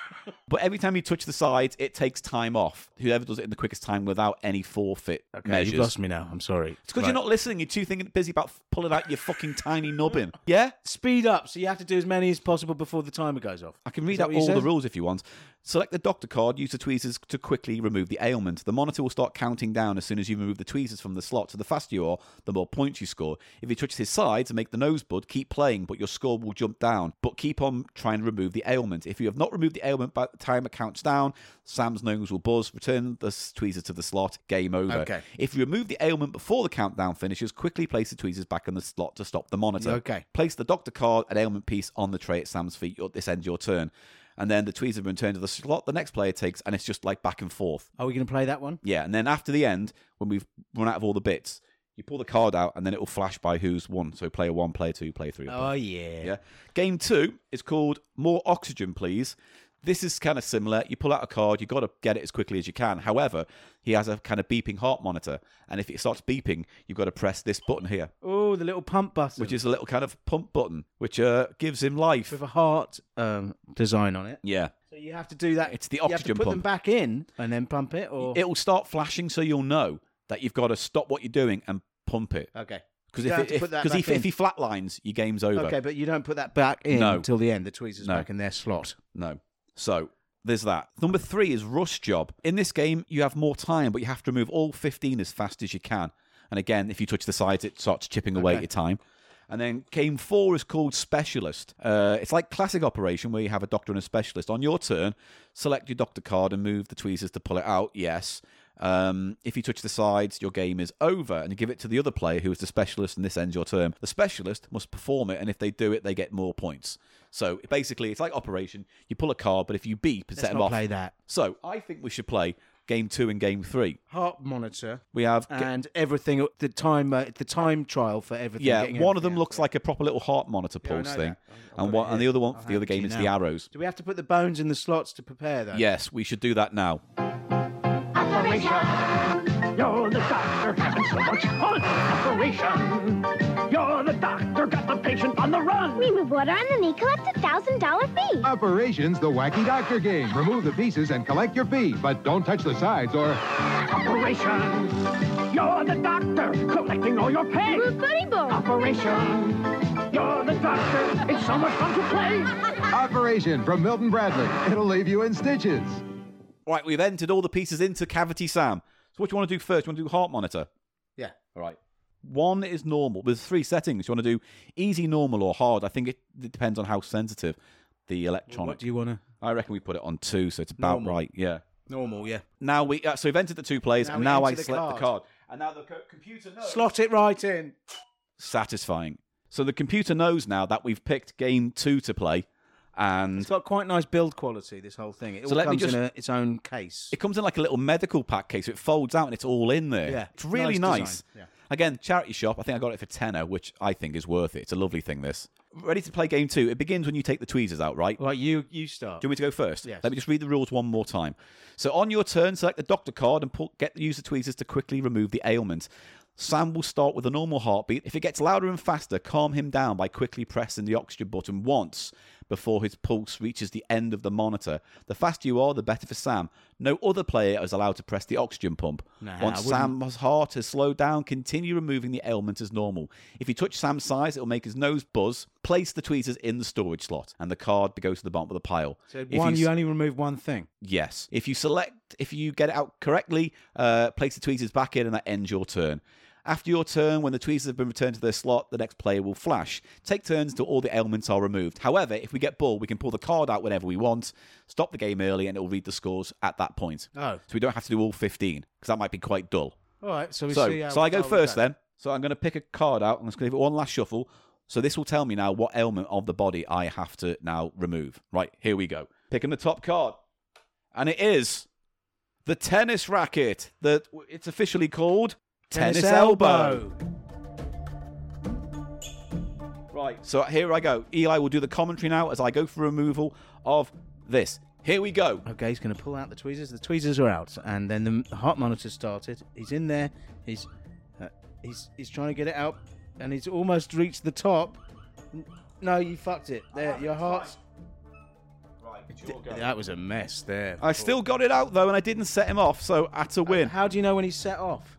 B: But every time you touch the sides, it takes time off. Whoever does it in the quickest time without any forfeit
A: Okay,
B: measures.
A: you've lost me now. I'm sorry.
B: it's because
A: Right.
B: you're not listening. You're too thinking, busy about f- pulling out your fucking tiny nubbin. Yeah?
A: speed up, so you have to do as many as possible before the timer goes off.
B: I can read
A: that
B: out
A: what you
B: all the
A: said?
B: rules if you want. Select the doctor card, use the tweezers to quickly remove the ailment. The monitor will start counting down as soon as you remove the tweezers from the slot. So the faster you are, the more points you score. If he touches his sides and make the nosebud, keep playing, but your score will jump down. But keep on trying to remove the ailment. If you have not removed the ailment by the time it counts down, Sam's nose will buzz. Return the s- tweezers to the slot. Game over.
A: Okay.
B: If you remove the ailment before the countdown finishes, quickly place the tweezers back in the slot to stop the monitor.
A: Okay.
B: Place the doctor card and ailment piece on the tray at Sam's feet. Your- This ends your turn. And then the tweezers have been turned to the slot the next player takes, and it's just like back and forth.
A: Are we going to play that one?
B: Yeah, and then after the end, when we've run out of all the bits, you pull the card out, and then it will flash by who's won. So player one, player two, player three.
A: Oh yeah.
B: Yeah. Game two is called More Oxygen, Please. This is kind of similar. You pull out a card, you've got to get it as quickly as you can. However, he has a kind of beeping heart monitor, and if it starts beeping, you've got to press this button here,
A: Oh, the little pump button,
B: which is a little kind of pump button, which uh, gives him life.
A: with a heart um, design on it.
B: Yeah.
A: So you have to do that.
B: It's the
A: You have to
B: oxygen
A: put them
B: pump.
A: back in and then pump it, or
B: It will start flashing, so you'll know that you've got to stop what you're doing and pump it.
A: okay. Uh, You
B: Because if,
A: don't have to
B: it- if,
A: put that
B: 'cause if,
A: back
B: if
A: in.
B: he flatlines, your game's over.
A: Okay, but you don't put that back in
B: No.
A: until the end. The tweezers
B: No.
A: back in their slot.
B: No. So there's that. Number three is rush job. In this game, you have more time, but you have to move all 15 as fast as you can. And again, if you touch the sides, it starts chipping away at your time. And then game four is called specialist. Uh, it's like classic operation where you have a doctor and a specialist. On your turn, select your doctor card and move the tweezers to pull it out. Yes. Um, if you touch the sides, your game is over, and you give it to the other player who is the specialist, and this ends your term. The specialist must perform it, and if they do it, they get more points. So basically, it's like Operation. You pull a card, but if you beep and set
A: Let's
B: them
A: not
B: off.
A: play that.
B: So I think we should play game two and game three.
A: Heart monitor
B: We have. ga-
A: and everything. The time, uh, the time trial for everything.
B: yeah,
A: getting
B: one of
A: everything
B: them
A: out.
B: looks like a proper little heart monitor
A: Yeah, I
B: pulse
A: know
B: thing,
A: that. I've- I've
B: and
A: got
B: one
A: it
B: and the
A: here.
B: other
A: I'll
B: one for
A: hand
B: the other
A: it to
B: game
A: you
B: is
A: now.
B: the arrows.
A: Do we have to put the bones in the slots to prepare though?
B: Yes, we should do that now.
H: You're the doctor having so much fun. Operation. You're the doctor got the patient on the run.
G: Remove water on the knee, collect a thousand dollar fee.
I: Operations the Wacky Doctor game. Remove the pieces and collect your fee, but don't touch the sides or.
H: Operation. You're the doctor collecting all your pay.
G: Remove bunny bowl.
H: Operation. You're the doctor. It's so much fun to play.
I: Operation from Milton Bradley. It'll leave you in stitches.
B: Right, we've entered all the pieces into Cavity Sam. So what do you want to do first? You want to do heart monitor?
A: Yeah.
B: All right. One is normal. There's three settings. You want to do easy, normal, or hard. I think it, it depends on how sensitive the electronic.
A: What do you want to?
B: I reckon we put it on two, so it's about
A: Normal.
B: right. Yeah.
A: Normal, yeah.
B: Now we uh, so we've entered the two players,
A: Now
B: and
A: we
B: now I
A: enter the
B: select
A: card.
B: the card, and now the co- computer knows.
A: Slot it right in.
B: Satisfying. So the computer knows now that we've picked game two to play, and
A: It's got quite nice build quality. This whole thing. It
B: So
A: all
B: let me
A: comes
B: just-
A: in a, its own case.
B: It comes in like a little medical pack case. So it folds out and it's all in there.
A: Yeah.
B: It's really
A: Nice
B: nice.
A: design. Yeah.
B: Again, charity shop. I think I got it for tenner, which I think is worth it. It's a lovely thing, this. Ready to play game two. It begins when you take the tweezers out, right?
A: Right, you you start.
B: Do you want me to go first?
A: Yes.
B: Let me just read the rules one more time. So on your turn, select the doctor card and pull, get the user tweezers to quickly remove the ailment. Sam will start with a normal heartbeat. If it gets louder and faster, calm him down by quickly pressing the oxygen button once before his pulse reaches the end of the monitor. The faster you are, the better for Sam. No other player is allowed to press the oxygen pump.
A: Nah,
B: Once
A: I wouldn't-
B: Sam's heart has slowed down, continue removing the ailment as normal. If you touch Sam's size, it'll make his nose buzz. Place the tweezers in the storage slot, and the card goes to the bottom of the pile.
A: So
B: If
A: one,
B: you
A: you only remove one thing.
B: Yes. If you select, if you get it out correctly, uh, place the tweezers back in and that ends your turn. After your turn, when the tweezers have been returned to their slot, the next player will flash. Take turns till all the ailments are removed. However, if we get bull, we can pull the card out whenever we want, stop the game early, and it will read the scores at that point.
A: Oh.
B: So we don't have to do all 15, because that might be quite dull.
A: All right, so we
B: So,
A: see. how
B: so I go
A: how we
B: first then. So I'm going to pick a card out. I'm just going to give it one last shuffle. So this will tell me now what ailment of the body I have to now remove. Right, here we go. Picking the top card. And it is the tennis racket that it's officially called tennis, elbow. Right. So here I go. Eli will do the commentary now as I go for removal of this. Here we go.
A: Okay, he's going to pull out the tweezers. The tweezers are out, and then the m- heart monitor started. He's in there. He's uh, he's he's trying to get it out, and he's almost reached the top. N- No, you fucked it. There,
C: Ah,
A: your heart's. That was a mess there.
B: I still got it out though, and I didn't set him off, so at
A: Uh,
B: a win
A: How do you know when he's set off?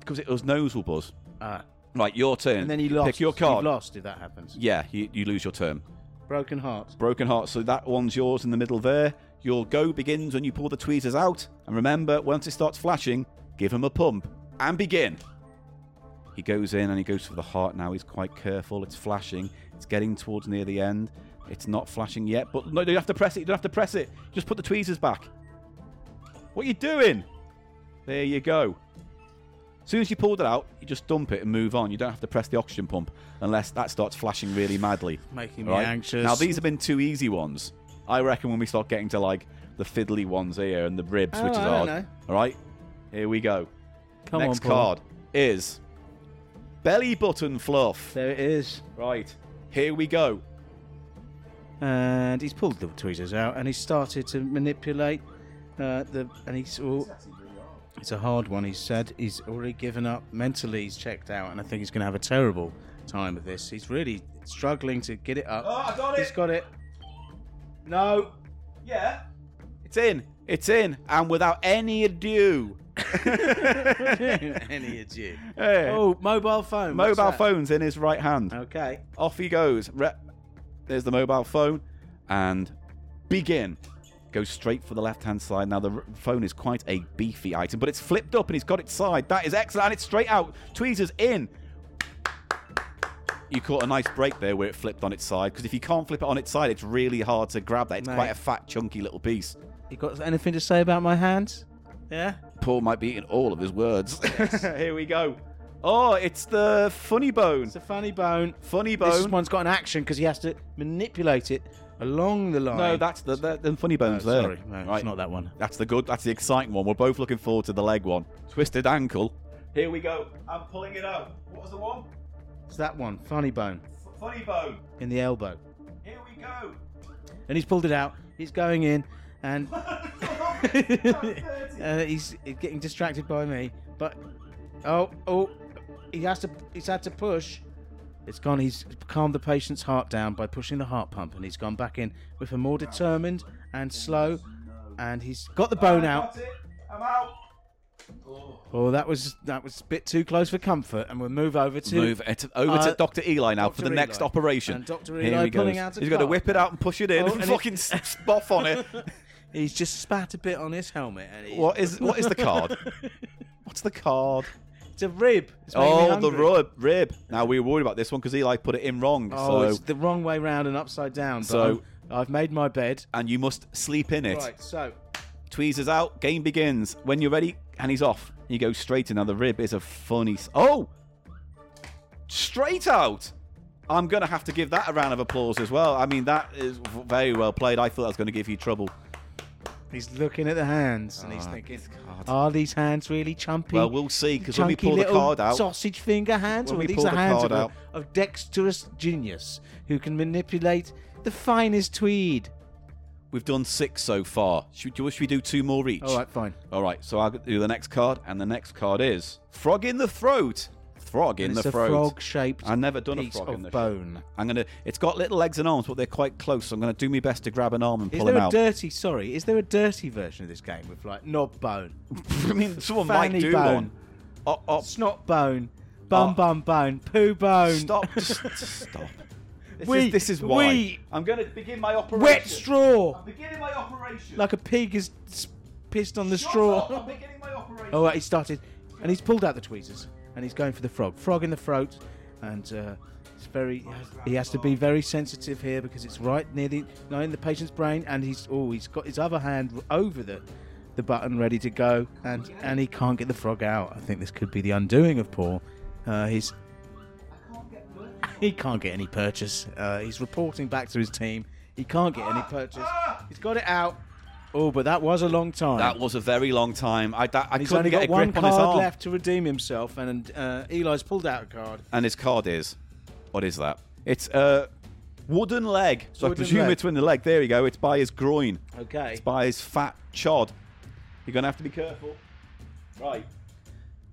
B: because it was nasal buzz.
A: Ah,
B: Right, your turn.
A: and then he lost.
B: Pick your
A: You've
B: card.
A: lost if that happens.
B: Yeah, you, you lose your turn.
A: Broken heart.
B: Broken heart. So that one's yours in the middle there. Your go begins when you pull the tweezers out, and remember, once it starts flashing, give him a pump and begin. He goes in and he goes for the heart. Now he's quite careful. It's flashing. It's getting towards near the end. It's not flashing yet, but no, you have to press it. You don't have to press it. Just put the tweezers back. What are you doing? There you go. As soon as you pulled it out, you just dump it and move on. You don't have to press the oxygen pump unless that starts flashing really madly.
A: Making me anxious.
B: Now these have been two easy ones. I reckon when we start getting to like the fiddly ones here and the ribs,
A: Oh,
B: which is
A: I don't
B: hard.
A: know.
B: All right, here we go.
A: Come
B: Next
A: on, Paul.
B: card is belly button fluff.
A: There it is.
B: Right, here we go.
A: and he's pulled the tweezers out and he started to manipulate uh, the and he's all it's a hard one he said he's already given up mentally he's checked out and i think he's going to have a terrible time with this he's really struggling to get it up
B: Oh, I got
A: he's
B: it.
A: got it no
B: Yeah, it's in. It's in, and without any ado.
A: any of you
B: Hey,
A: oh mobile phone what's
B: mobile
A: that? Oh.
B: phone's in his right hand.
A: okay
B: Off he goes. Re- There's the mobile phone, and begin. Goes straight for the left-hand side. Now the r- phone is quite a beefy item, but it's flipped up and he's got its side. That is excellent, and it's straight out. Tweezers in. You caught a nice break there where it flipped on its side because if you can't flip it on its side, it's really hard to grab that. It's
A: Mate.
B: quite a fat, chunky little piece.
A: you got anything to say about my hands yeah
B: Paul might be eating all of his words. Here we go. Oh, it's the funny bone.
A: it's a funny bone
B: Funny
A: this
B: bone.
A: one's got an action because he has to manipulate it along the line
B: No, that's the, the, the funny
A: Oh,
B: bones there.
A: Sorry, no,
B: Right.
A: it's not that one.
B: That's the good. That's the exciting one. We're both looking forward to the leg one. Twisted ankle. Here we go. I'm pulling it out. What was the one?
A: It's that one, funny bone
B: Funny bone.
A: in the elbow.
B: Here we go.
A: And he's pulled it out. He's going in, and uh, he's he's getting distracted by me. But oh, oh, he has to. He's had to push. It's gone. He's calmed the patient's heart down by pushing the heart pump, and he's gone back in with a more determined and slow. And he's got the bone out.
B: I'm out.
A: Oh, that was that was a bit too close for comfort, and we'll move over to
B: Move it over
A: Uh,
B: to Doctor Eli now for the
A: Dr.
B: next
A: Eli.
B: operation.
A: And Dr.
B: Here
A: Eli
B: he
A: pulling
B: goes.
A: out a
B: He's got to
A: card.
B: whip it out and push it in
A: Oh,
B: and,
A: and it-
B: fucking s spoff on it.
A: He's just spat a bit on his helmet, and he's
B: What is what is the card? What's the card?
A: It's a rib. It's making me
B: Oh, the
A: hungry.
B: rib. Rib. Now we were worried about this one because Eli put it in wrong.
A: Oh,
B: so
A: it's the wrong way round and upside down. But
B: So-
A: I'm- I've made my bed.
B: and you must sleep in it.
A: Right, so
B: Tweezers out, game begins. When you're ready, and he's off. You go straight in. Now the rib is a funny. S- oh, straight out. I'm gonna have to give that a round of applause as well. I mean, that is v- very well played. I thought I was gonna give you trouble.
A: he's looking at the hands and he's thinking, are these hands really chumpy?
B: Ah, Well, we'll see because when we
A: chunky
B: pull the
A: little
B: card out,
A: sausage finger hands,
B: when
A: or
B: we
A: are these
B: pull
A: the
B: the
A: hands
B: card
A: of, a-
B: out-
A: of dexterous genius who can manipulate the finest tweed?
B: we've done six so far. Should, do- should we do two more each?
A: All right, fine.
B: All right. So I'll do the next card, and the next card is frog in the throat. Frog in
A: it's
B: the
A: a
B: throat.
A: frog-shaped
B: I've never done a
A: piece
B: frog
A: of
B: in the
A: bone.
B: I'm gonna. It's got little legs and arms, but they're quite close. So I'm gonna do my best to grab an arm and
A: Is
B: pull
A: there
B: him
A: a
B: out.
A: dirty? Sorry, is there a dirty version of this game with like knob bone?
B: I mean, someone might
A: Fanny
B: do
A: bone.
B: one. Oh, oh,
A: snot bone, bum
B: Oh.
A: bum bone, poo bone,
B: stop! just stop! This
A: We-
B: is this is why
A: we-
B: I'm going to begin my operation.
A: wet straw,
B: beginning my operation.
A: like a pig is s- pissed on the
B: Shut up,
A: straw.
B: I'm beginning my operation.
A: Oh, right, he started, and he's pulled out the tweezers, and he's going for the frog, frog in the throat, and uh, it's very. He has to be very sensitive here because it's right near the, now in the patient's brain, and he's oh, he's got his other hand over the. The button ready to go, and and he can't get the frog out. I think this could be the undoing of Paul. Uh, he's he can't get any purchase. Uh, he's reporting back to his team. He can't get any purchase. He's got it out. Oh, but that was a long time.
B: That was a very long time. I, that, I
A: He's
B: couldn't
A: only
B: get
A: got
B: a
A: one
B: grip on
A: card
B: his arm.
A: left to redeem himself, and uh, Eli's pulled out a card.
B: And his card is, what is that? It's uh, wooden leg. So
A: Wooden
B: I presume
A: leg.
B: it's in the leg. There you go. It's by his groin.
A: Okay.
B: It's by his fat chod. You're gonna have to be careful. Right.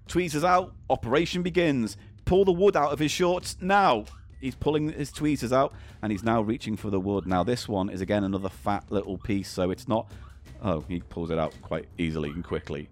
B: Tweezers out. Operation begins. Pull the wood out of his shorts now. He's pulling his tweezers out, and he's now reaching for the wood. Now this one is again another fat little piece, so it's not. Oh, he pulls it out quite easily and quickly.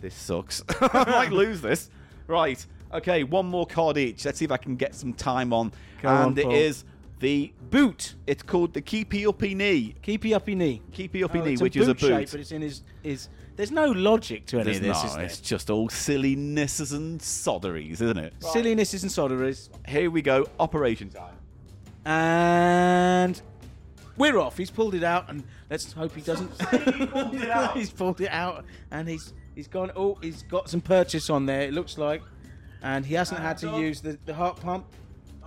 B: This sucks. I might lose this. Right. Okay, one more card each. Let's see if I can get some time on.
A: on,
B: and it
A: Paul.
B: is the boot. It's called the keepy uppy knee.
A: Keepy uppy knee.
B: Keepy uppy
A: Oh,
B: knee,
A: it's
B: which is a boot.
A: shape, but it's in his, his. There's no logic to any
B: There's
A: of this.
B: not.
A: is there?
B: It's just all sillinesses and sodderies, isn't it?
A: Silliness isn't solderies.
B: Here we go, operation time.
A: And we're off. He's pulled it out, and let's hope he doesn't. he's pulled it out, and he's he's gone. Oh, he's got some purchase on there. It looks like, and he hasn't had to use the, the heart pump.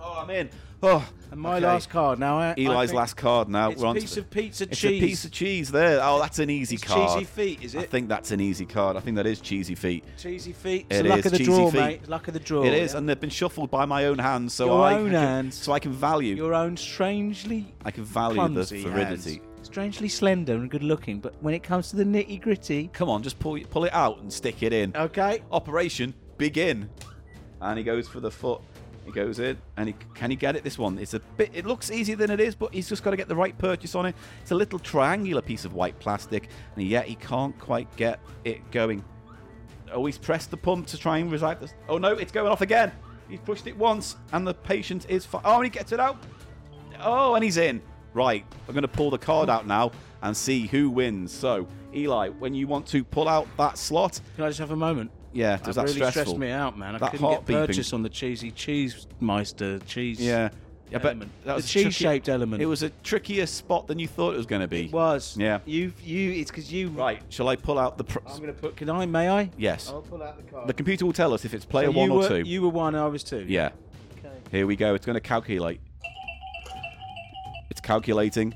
B: Oh, I'm in. Oh,
A: And my
B: okay.
A: last card now. I, I
B: Eli's
A: think
B: last card. Now
A: It's
B: we're on
A: a
B: to
A: piece
B: the-
A: of pizza
B: It's
A: cheese.
B: a piece of cheese there. Oh, that's an easy
A: It's
B: card.
A: cheesy feet, is
B: I
A: it?
B: think that's an easy card. I think that is cheesy feet.
A: cheesy feet. It's
B: It
A: the luck
B: is
A: of the
B: cheesy
A: draw,
B: feet.
A: mate. Luck of the draw.
B: it
A: Oh,
B: is,
A: yeah?
B: and they've been shuffled by my own hands, so
A: Your
B: I,
A: own
B: I can,
A: hands.
B: so I can value.
A: your own strangely
B: I can value the
A: clumsy
B: viridity.
A: hands. Strangely slender and good looking, but when it comes to the nitty gritty,
B: Come on, just pull pull it out and stick it in.
A: okay,
B: Operation begin. And he goes for the foot. He goes in, and he can he get it? This one. It's a bit. It looks easier than it is, but he's just got to get the right purchase on it. It's a little triangular piece of white plastic, and yet he can't quite get it going. Oh, he's pressed the pump to try and revive this. Oh no, it's going off again. He's pushed it once, and the patient is. Fi- oh, and he gets it out. Oh, and he's in. Right, I'm going to pull the card out now and see who wins. So, Eli, when you want to pull out that slot,
A: can I just have a moment?
B: yeah, does
A: that
B: that,
A: really
B: stressful?
A: stressed me out, man. I
B: That
A: couldn't get
B: heart beeping.
A: purchase on the cheesy cheese meister cheese.
B: Yeah. Yeah, but
A: Element.
B: that was
A: The
B: a tricky-
A: cheese-shaped element.
B: It was a trickier spot than you thought it was going to be.
A: it was.
B: Yeah.
A: you you. It's because you.
B: Right, shall I pull out the? Pr-
A: I'm gonna put. Can I? May I?
B: yes.
A: I'll pull out the card.
B: The computer will tell us if it's player
A: So you
B: one or
A: were,
B: two.
A: You were one. I was two.
B: Yeah. Here we go. It's going to calculate. It's calculating.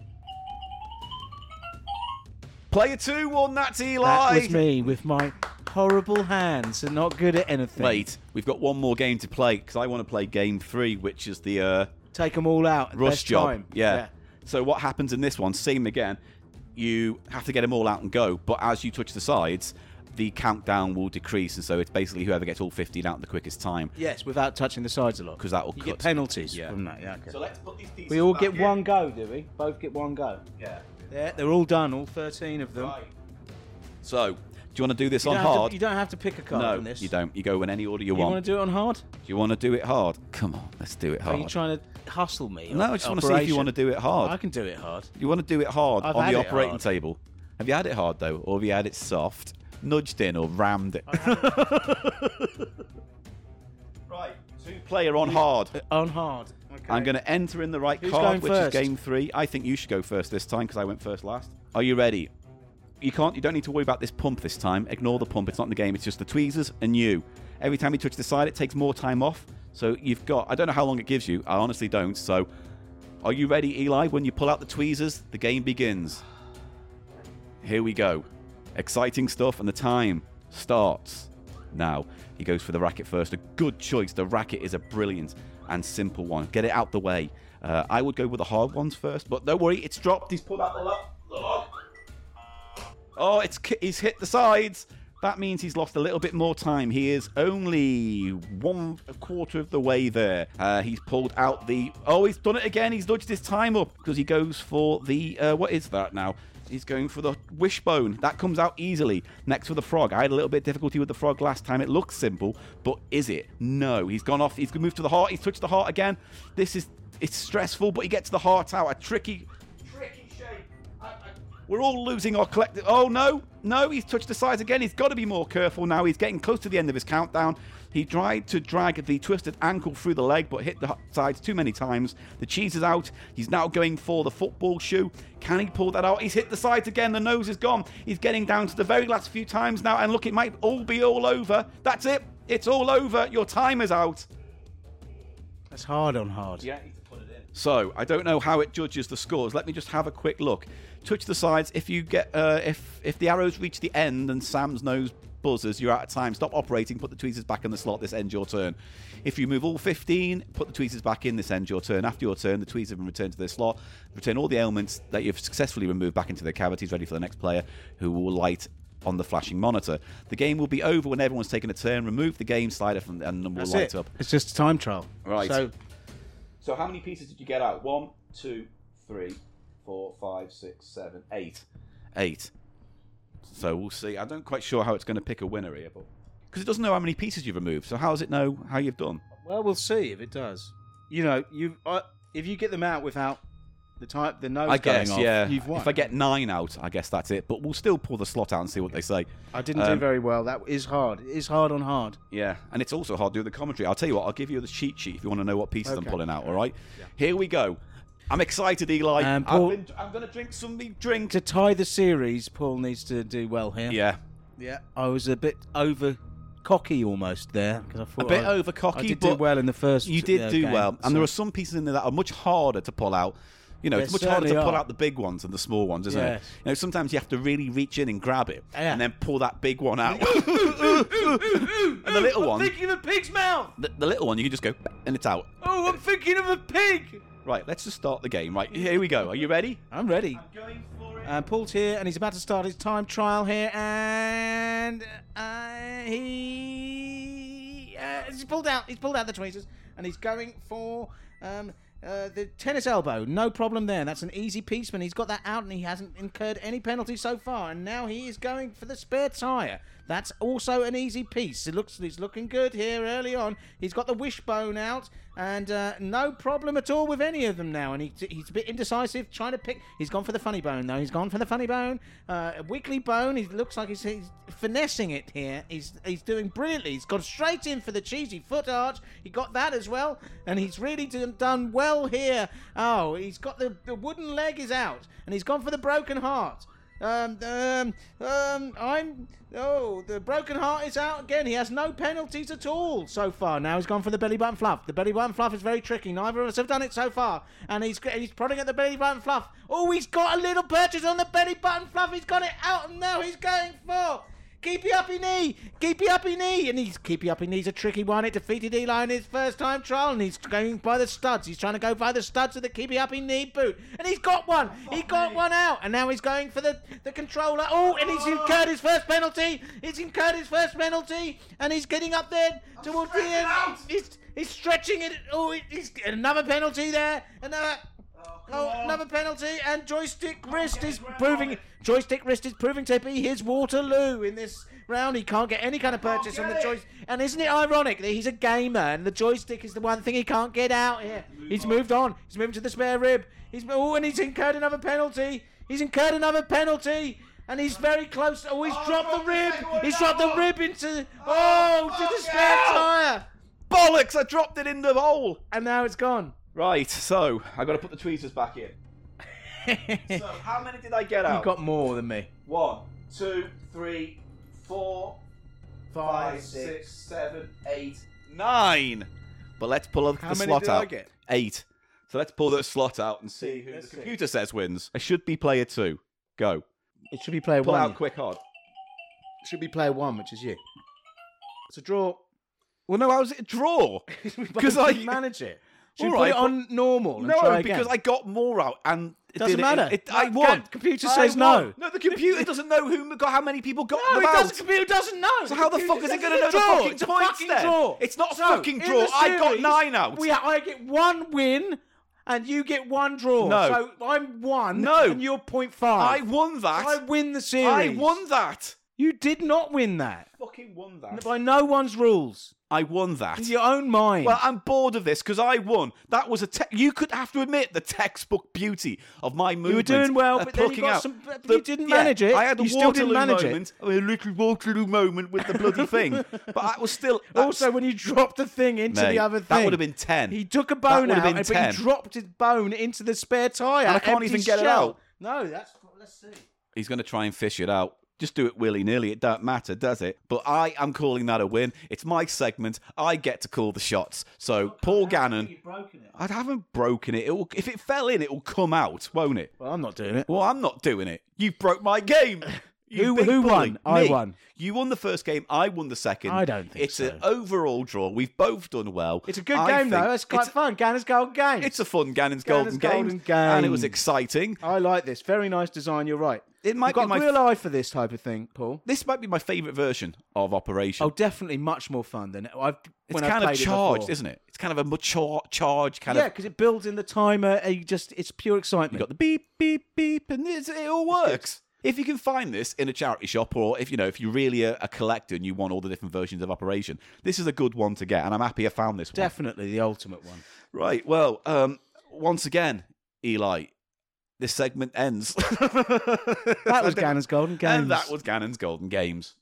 B: Player two won. That's Eli.
A: That was me with my horrible hands and not good at anything.
B: Wait, we've got one more game to play because I want to play game three, which is the uh,
A: Take them all out. at
B: rush
A: best
B: job.
A: Time.
B: Yeah. So what happens in this one? Same again. You have to get them all out and go, but as you touch the sides, the countdown will decrease, and so it's basically whoever gets all 15 out in the quickest time.
A: Yes, without touching the sides a lot.
B: 'Cause that will
A: you
B: cut.
A: get penalties
B: Yeah.
A: from that. Yeah. okay.
B: So let's put these pieces.
A: we all
B: back
A: get
B: in.
A: one go, do we? Both get one go.
B: Yeah.
A: Yeah, they're all done. All thirteen of them.
B: Right. So, do you want to do this
A: You
B: on
A: don't have to-
B: hard?
A: you don't have to pick a card
B: no,
A: on this.
B: you don't. You go in any order you,
A: You
B: want.
A: want to do it on hard?
B: do you want to do it hard? Come on, let's do it hard.
A: Are you trying to hustle me?
B: no, I just want to see if you want to do it hard.
A: I can do it hard.
B: You want to do it hard
A: I've
B: on the
A: had it
B: operating
A: hard.
B: table. Have you had it hard though, or have you had it soft, nudged in, or rammed it? right, two player on hard.
A: On hard. Okay.
B: I'm going to enter in the right
A: Who's
B: card,
A: going
B: which
A: first?
B: is game three. I think you should go first this time because I went first last. Are you ready? You can't. You don't need to worry about this pump this time. Ignore the pump. It's not in the game. It's just the tweezers and you. Every time you touch the side, it takes more time off. So you've got. I don't know how long it gives you. I honestly don't. So, are you ready, Eli? When you pull out the tweezers, the game begins. Here we go. Exciting stuff, and the time starts now. He goes for the racket first. A good choice. The racket is a brilliant and simple one. Get it out the way. Uh, I would go with the hard ones first, but don't worry, it's dropped. He's pulled out the log. The log. Oh, it's ki- he's hit the sides. That means he's lost a little bit more time. He is only one a quarter of the way there. Uh, he's pulled out the. Oh, he's done it again. He's nudged his time up because he goes for the. Uh, what is that now? He's going for the wishbone. That comes out easily. Next for the frog. I had a little bit of difficulty with the frog last time. It looks simple, but is it? No. He's gone off. He's moved to the heart. He's touched the heart again. This is. It's stressful, but he gets the heart out. A tricky tricky shape. I- I- We're all losing our collective. Oh no, no! He's touched the sides again. He's got to be more careful now. He's getting close to the end of his countdown. He tried to drag the twisted ankle through the leg, but hit the h- sides too many times. The cheese is out. He's now going for the football shoe. Can he pull that out? He's hit the sides again. The nose is gone. He's getting down to the very last few times now. And look, it might all be all over. That's it. It's all over. Your time is out.
A: That's hard on hard.
B: So I don't know how it judges the scores. Let me just have a quick look. Touch the sides. If you get, uh, if if the arrows reach the end and Sam's nose buzzes, you're out of time. Stop operating. Put the tweezers back in the slot. This ends your turn. If you move all 15, put the tweezers back in. This ends your turn. After your turn, the tweezers have been returned to their slot. Return all the ailments that you've successfully removed back into their cavities, ready for the next player, who will light on the flashing monitor. The game will be over when everyone's taken a turn. Remove the game slider from and we'll
A: That's
B: light
A: it.
B: up.
A: It's just a time trial.
B: Right.
A: So
B: So how many pieces did you get out? One, two, three, four, five, six, seven, eight. Eight. So we'll see. I'm not quite sure how it's going to pick a winner here, but because it doesn't know how many pieces you've removed, so how does it know how you've done?
A: well, we'll see if it does. You know, you uh, if you get them out without the type the nose
B: I guess,
A: going off,
B: yeah.
A: you've won.
B: If I get nine out, I guess that's it. But we'll still pull the slot out and see what they say.
A: I didn't
B: Um,
A: do very well. That is hard. It is hard on hard.
B: Yeah, and it's also hard doing the commentary. I'll tell you what, I'll give you the cheat sheet if you want to know what pieces I'm
A: Okay.
B: pulling out. All right, here we go. I'm excited, Eli.
A: Um, Paul-
B: I've been, I'm going to drink some big drink.
A: To tie the series, Paul needs to do well here.
B: yeah,
A: Yeah. I was a bit over cocky almost there because I thought
B: a bit
A: I,
B: over cocky.
A: I did
B: but
A: do well in the first.
B: You did
A: uh,
B: do
A: game,
B: well, and
A: so-
B: there are some pieces in there that are much harder to pull out. You know,
A: There
B: it's much harder to
A: certainly
B: pull
A: are.
B: out the big ones than the small ones, isn't
A: Yes.
B: it? You know, sometimes you have to really reach in and grab it,
A: Yeah.
B: and then pull that big one out. and the little
C: I'm
B: one,
C: thinking of a pig's mouth.
B: the, the little one, you can just go and it's out.
C: Oh, I'm thinking of a pig.
B: Right, let's just start the game. Right, here we go. Are you ready?
A: I'm ready.
C: Going for it.
A: Uh, Paul's here, and he's about to start his time trial here, and uh, he uh, he's pulled out. He's pulled out the tweezers, and he's going for um, uh, the tennis elbow. No problem there. That's an easy pieceman. He's got that out, and he hasn't incurred any penalty so far. And now he is going for the spare tire. That's also an easy piece. It looks it's looking good here early on. He's got the wishbone out, and uh, no problem at all with any of them now. And he, he's a bit indecisive, trying to pick. He's gone for the funny bone though. He's gone for the funny bone, uh, wiggly bone. He looks like he's, he's finessing it here. He's he's doing brilliantly. He's gone straight in for the cheesy foot arch. He got that as well, and he's really done, done well here. Oh, he's got the the wooden leg is out, and he's gone for the broken heart. Um, um, um, I'm. Oh, the broken heart is out again. He has no penalties at all so far. Now he's gone for the belly button fluff. The belly button fluff is very tricky. Neither of us have done it so far. And he's he's prodding at the belly button fluff. Oh, he's got a little purchase on the belly button fluff. He's got it out, and now he's going for. Keepy uppy knee, keepy uppy knee, and he's keepy uppy knee's a tricky one. It defeated Eli in his first time trial, and he's going by the studs. He's trying to go by the studs of the keepy uppy knee boot, and he's got one. He got one out, and now he's going for the the controller. Oh, and he's incurred his first penalty. He's incurred his first penalty, and he's getting up there towards the end. He's, he's stretching it. Oh, it- he's another penalty there. Another. Oh, another penalty, and joystick wrist is proving joystick wrist is proving to be his Waterloo in this round. He can't get any kind of purchase on the joystick. And isn't it ironic that he's a gamer and the joystick is the one thing he can't get out here? he's moved on. He's moved to the spare rib. He's oh, and he's incurred another penalty. He's incurred another penalty. And he's very close. Oh, he's dropped the rib. He's dropped the rib into oh, to the spare tire,
B: Bollocks! I dropped it in the hole.
A: and now it's gone.
B: Right, so I got to put the tweezers back in.
A: you
B: So how many did I get out?
A: got more than me.
B: one, two, three, four, five, six, seven, eight, nine. But let's pull up
A: How
B: the
A: many
B: slot
A: did I
B: out.
A: get?
B: Eight. So let's pull that slot out and see who the computer says wins. I should be player two. Go.
A: It should be player
B: Pull
A: one.
B: out quick hard.
A: should be player one, which is you. It's a draw.
B: Well, no, how was it a draw?
A: Because I
B: I-
A: manage it. Should
B: All
A: we
B: right,
A: put it on normal? And
B: No,
A: try
B: because I
A: again?
B: got more out and it
A: Doesn't
B: did it-
A: matter.
B: It, I
A: No,
B: won.
A: the computer
B: I
A: says
B: won.
A: no.
B: No, the computer doesn't know who got how many people got
A: No,
B: them
A: it
B: out.
A: doesn't. Computer doesn't know.
B: So how the fuck is it going to know the
A: draw.
B: fucking
A: it's a
B: points
A: fucking
B: then?
A: Draw.
B: It's not a
A: So,
B: fucking
A: in
B: draw.
A: the
B: I got
A: series,
B: nine out.
A: We, I get one win, and you get one draw.
B: No.
A: so I'm one.
B: No.
A: and you're point five.
B: I won that.
A: I win the series.
B: I won that.
A: You did not win that
B: Fucking won that.
A: by no one's rules.
B: I won that.
A: In your own mind.
B: Well, I'm bored of this because I won. That was a te- you could have to admit the textbook beauty of my movement.
A: were doing well,
B: of
A: but then you
B: plucking
A: got
B: out.
A: some- but
B: The-
A: you didn't manage it.
B: I had a
A: You still
B: Waterloo
A: didn't manage it.
B: moment, I had a little Waterloo moment with the bloody thing, but that was still that's-
A: also, when you dropped the thing into
B: Mate,
A: the other thing,
B: that would've been 10.
A: He took a
B: That
A: bone
B: would've
A: out,
B: been
A: and-
B: 10.
A: but he dropped his bone into the spare tire,
B: And I can't
A: empty
B: even get it
A: shell.
B: out.
A: No, that's let's see.
B: he's going to try and fish it out. Just do it willy nilly. It don't matter, does it? But I am calling that a win. It's my segment. I get to call the shots. So Paul Gannon,
A: broken it.
B: I haven't broken it. It will. If it fell in, it will come out, won't it?
A: Well, I'm not doing it.
B: Well, I'm not doing it. You broke my game. You
A: Who-
B: big
A: who
B: bully.
A: won? I
B: Me.
A: won.
B: You won the first game. I won the second.
A: I don't think
B: it's
A: so.
B: an overall draw. We've both done well.
A: It's a good
B: I
A: game,
B: think
A: though. It's quite
B: it's,
A: fun. Ganner's Gold Game.
B: it's a fun Gannon's,
A: Gannon's
B: Golden,
A: Golden
B: game, and it was
A: Game.
B: exciting.
A: I like this. Very nice design. You're right.
B: It might
A: You've
B: be
A: got
B: my-
A: a real eye for this type of thing, Paul.
B: This might be my favourite version of Operation.
A: Oh, definitely much more fun than I've.
B: it's
A: when I've
B: kind of
A: played it
B: charged,
A: before.
B: isn't it? It's kind of a mature charge kind
A: yeah,
B: of.
A: because it builds in the timer. And you just it's pure
B: You
A: excitement.
B: got the beep beep beep, and it's, it all works. If you can find this in a charity shop, or if you know if you're really a, a collector and you want all the different versions of Operation, this is a good one to get. And I'm happy I found this one.
A: definitely the ultimate one.
B: Right. Well, um, once again, Eli, this segment ends. that
A: That was Ganner's Golden Games.
B: And that was Gannon's Golden Games.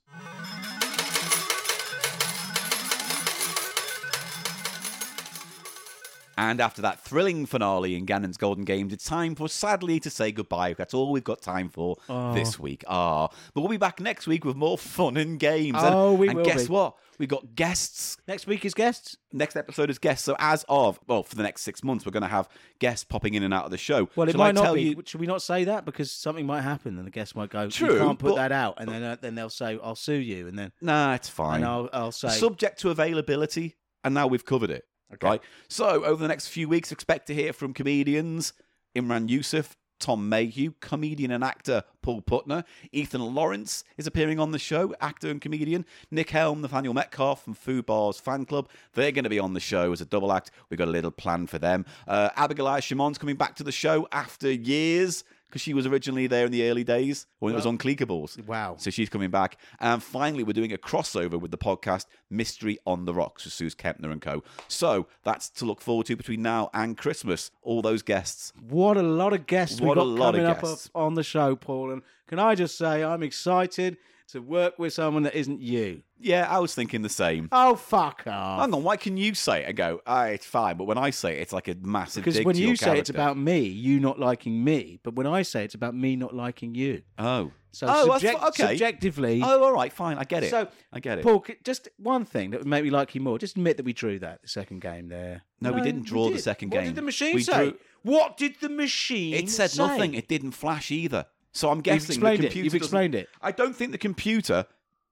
B: And after that thrilling finale in Gannon's Golden Games, it's time for sadly to say goodbye. That's all we've got time for
A: Oh.
B: this week. Ah, but we'll be back next week with more fun and games. And-
A: Oh, we
B: and
A: will
B: guess
A: be.
B: what? We've got guests
A: Next week is guests.
B: next episode is guests. So as of well, for the next six months, we're going to have guests popping in and out of the show.
A: Well, it
B: Shall
A: might
B: I
A: not
B: tell
A: be.
B: you-
A: Should we not say that because something might happen and the guest might go.
B: True,
A: you can't put
B: but-
A: that out, and then uh, then they'll say I'll sue you, and then
B: nah, it's fine.
A: and I'll I'll say
B: Subject to availability, and now we've covered it. Right. So over the next few weeks, expect to hear from comedians Imran Youssef. Tom Mayhew, comedian and actor Paul Putner. Ethan Lawrence is appearing on the show, actor and comedian. Nick Helm, Nathaniel Metcalf from Foo Bars Fan Club. They're going to be on the show as a double act. We've got a little plan for them. Uh, Abigail Shimon's coming back to the show after years because she was originally there in the early days when it was on Cleekables.
A: Wow.
B: So she's coming back. And finally, we're doing a crossover with the podcast Mystery on the Rocks with Suze Kempner and co. So that's to look forward to between now and Christmas. All those guests.
A: What a lot of guests
B: What
A: we've got
B: a lot of
A: coming up
B: guests.
A: up on the show, Paul. And can I just say I'm excited to work with someone that isn't you.
B: Yeah, I was thinking the same.
A: Oh fuck off!
B: Hang on, why can you say it and go, ah, it's fine, but when I say it, it's like a massive
A: Because
B: dig
A: when
B: to
A: you
B: your
A: say it's
B: character.
A: about me, you not liking me, but when I say it's about me not liking you.
B: Oh.
A: So
B: oh, I
A: subject-
B: thought- okay.
A: subjectively.
B: Oh, all right, fine. I get it.
A: So,
B: I get it.
A: Paul, c- just one thing that would make me like you more. Just admit that we drew that the second game there.
B: No, we didn't draw the second
A: What
B: game.
A: did the machine
B: We
A: say?
B: drew-
A: What did the machine?
B: It said
A: say?
B: nothing. It didn't flash either. So I'm guessing the
A: explained it.
B: computer.
A: You've
B: doesn't-
A: explained it.
B: I don't think the computer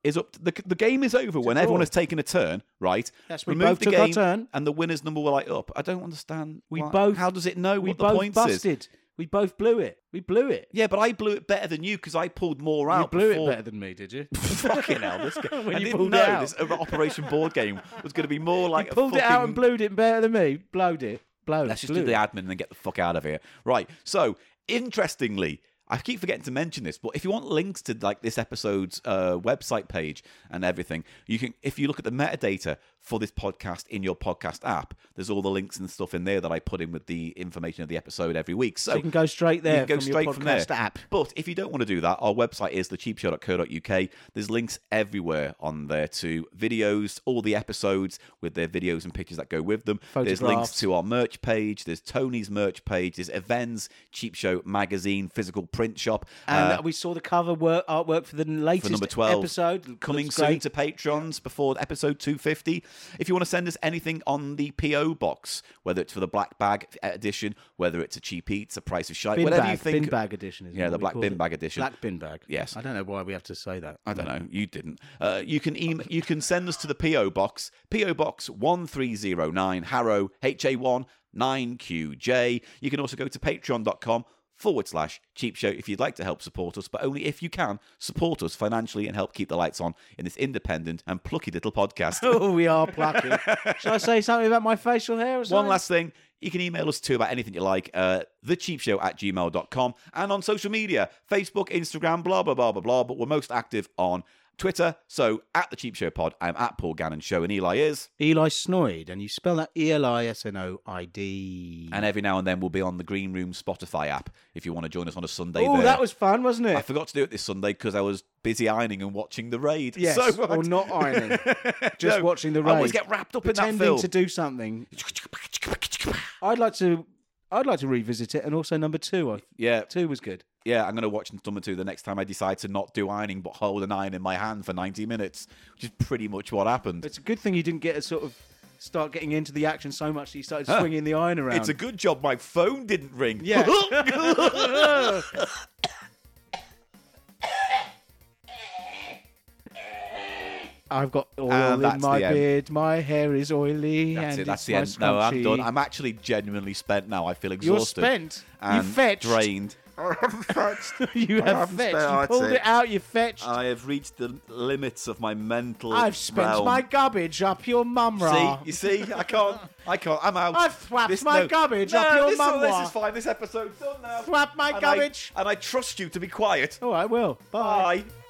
B: is up. To, the the game is over when everyone
A: draw.
B: has taken a turn, right?
A: Yes, we
B: Remove
A: both
B: the
A: took
B: game
A: our turn.
B: and the winner's number will light up. I don't understand.
A: We
B: why-
A: both.
B: How does it know
A: we
B: what the
A: both
B: points is?
A: busted. We both blew it. We blew it.
B: Yeah, but I blew it better than you because I pulled more
A: You
B: out.
A: blew
B: before...
A: it better than me, did you?
B: Fucking hell! This game.
A: When
B: I
A: you
B: didn't
A: pulled it
B: know
A: out.
B: this Operation Board Game was going to be more like
A: you pulled
B: a
A: it out and
B: fucking-
A: blewed it better than me. Blowed it. Blowed.
B: Let's just
A: blew
B: do the
A: it.
B: admin and then get the fuck out of here. Right. So, interestingly, I keep forgetting to mention this, but if you want links to like this episode's uh, website page and everything, you can. If you look at the metadata for this podcast in your podcast app, there's all the links and stuff in there that I put in with the information of the episode every week. So,
A: So you can go straight there
B: you can go
A: from
B: straight
A: your
B: from there.
A: podcast app.
B: But if you don't want to do that, our website is thecheapshow.co.uk. There's links everywhere on there to videos, all the episodes with their videos and pictures that go with them. There's links
A: Photographs.
B: to our merch page. There's Tony's merch page. There's events, Cheap Show magazine, physical print shop.
A: And
B: uh,
A: we saw the cover work, artwork for the latest
B: for number 12
A: episode.
B: coming
A: Looks
B: soon
A: great.
B: to patrons before episode 250 if you want to send us anything on the po box whether it's for the black bag edition whether it's a cheap eats a price of shite
A: bin
B: whatever
A: bag,
B: you think
A: bin bag edition. Is
B: Yeah, the black bin bag edition.
A: Black bin bag.
B: Yes.
A: I don't know why we have to say that.
B: I don't know. You didn't. Uh, you can email, you can send us to the PO box, PO box one three zero nine Harrow H A one nine QJ. You can also go to patreon.com forward slash cheap show if you'd like to help support us, but only if you can support us financially and help keep the lights on in this independent and plucky little podcast.
A: Oh, we are plucking. Shall I say something about my facial hair or something?
B: One last thing, you can email us too about anything you like, uh, thecheapshow at gmail.com and on social media, Facebook, Instagram, blah, blah, blah, blah, blah. But we're most active on Twitter. So at The Cheap Show Pod, I'm at Paul Gannon Show and Eli is.
A: Eli Snoid, and you spell that E L I S N O I D.
B: And every now and then we'll be on the Green Room Spotify app if you want to join us on a Sunday.
A: Oh,
B: there.
A: that was fun, wasn't
B: I
A: it?
B: forgot to do it this Sunday because I was busy ironing and watching The Raid.
A: Yes,
B: So-
A: or not ironing, just
B: No,
A: watching the
B: I always
A: raid.
B: get wrapped up in that
A: Pretending
B: film.
A: to do something. I'd like to I'd like to revisit it, and also number two. I,
B: Yeah,
A: two was good.
B: yeah, I'm going to watch number two the next time I decide to not do ironing but hold an iron in my hand for 90 minutes, which is pretty much what happened.
A: It's a good thing you didn't get a sort of start getting into the action so much that you started
B: Huh.
A: swinging the iron around.
B: It's a good job my phone didn't ring.
A: Yeah. I've got oil
B: And
A: in
B: that's
A: my
B: the end.
A: beard. My hair is oily.
B: That's
A: and
B: it. That's
A: it's
B: the
A: my
B: end. No, I'm
A: scrunchy.
B: done. I'm actually genuinely spent now. I feel
A: You're
B: exhausted.
A: spent. You
B: and
A: fetched.
B: drained.
A: you have fetched. You
B: That's
A: pulled
B: it.
A: it out. You fetched.
B: I have reached the limits of my mental.
A: I've spent
B: realm.
A: my garbage up your mum
B: See,
A: ra.
B: you see, I can't, I can't. I'm out.
A: I've thwapped my garbage
B: no,
A: up your
B: this,
A: memoir.
B: this is fine. This episode's done now.
A: Thwap my
B: And I-
A: garbage.
B: and I trust you to be quiet.
A: All right, well, bye.
B: Bye.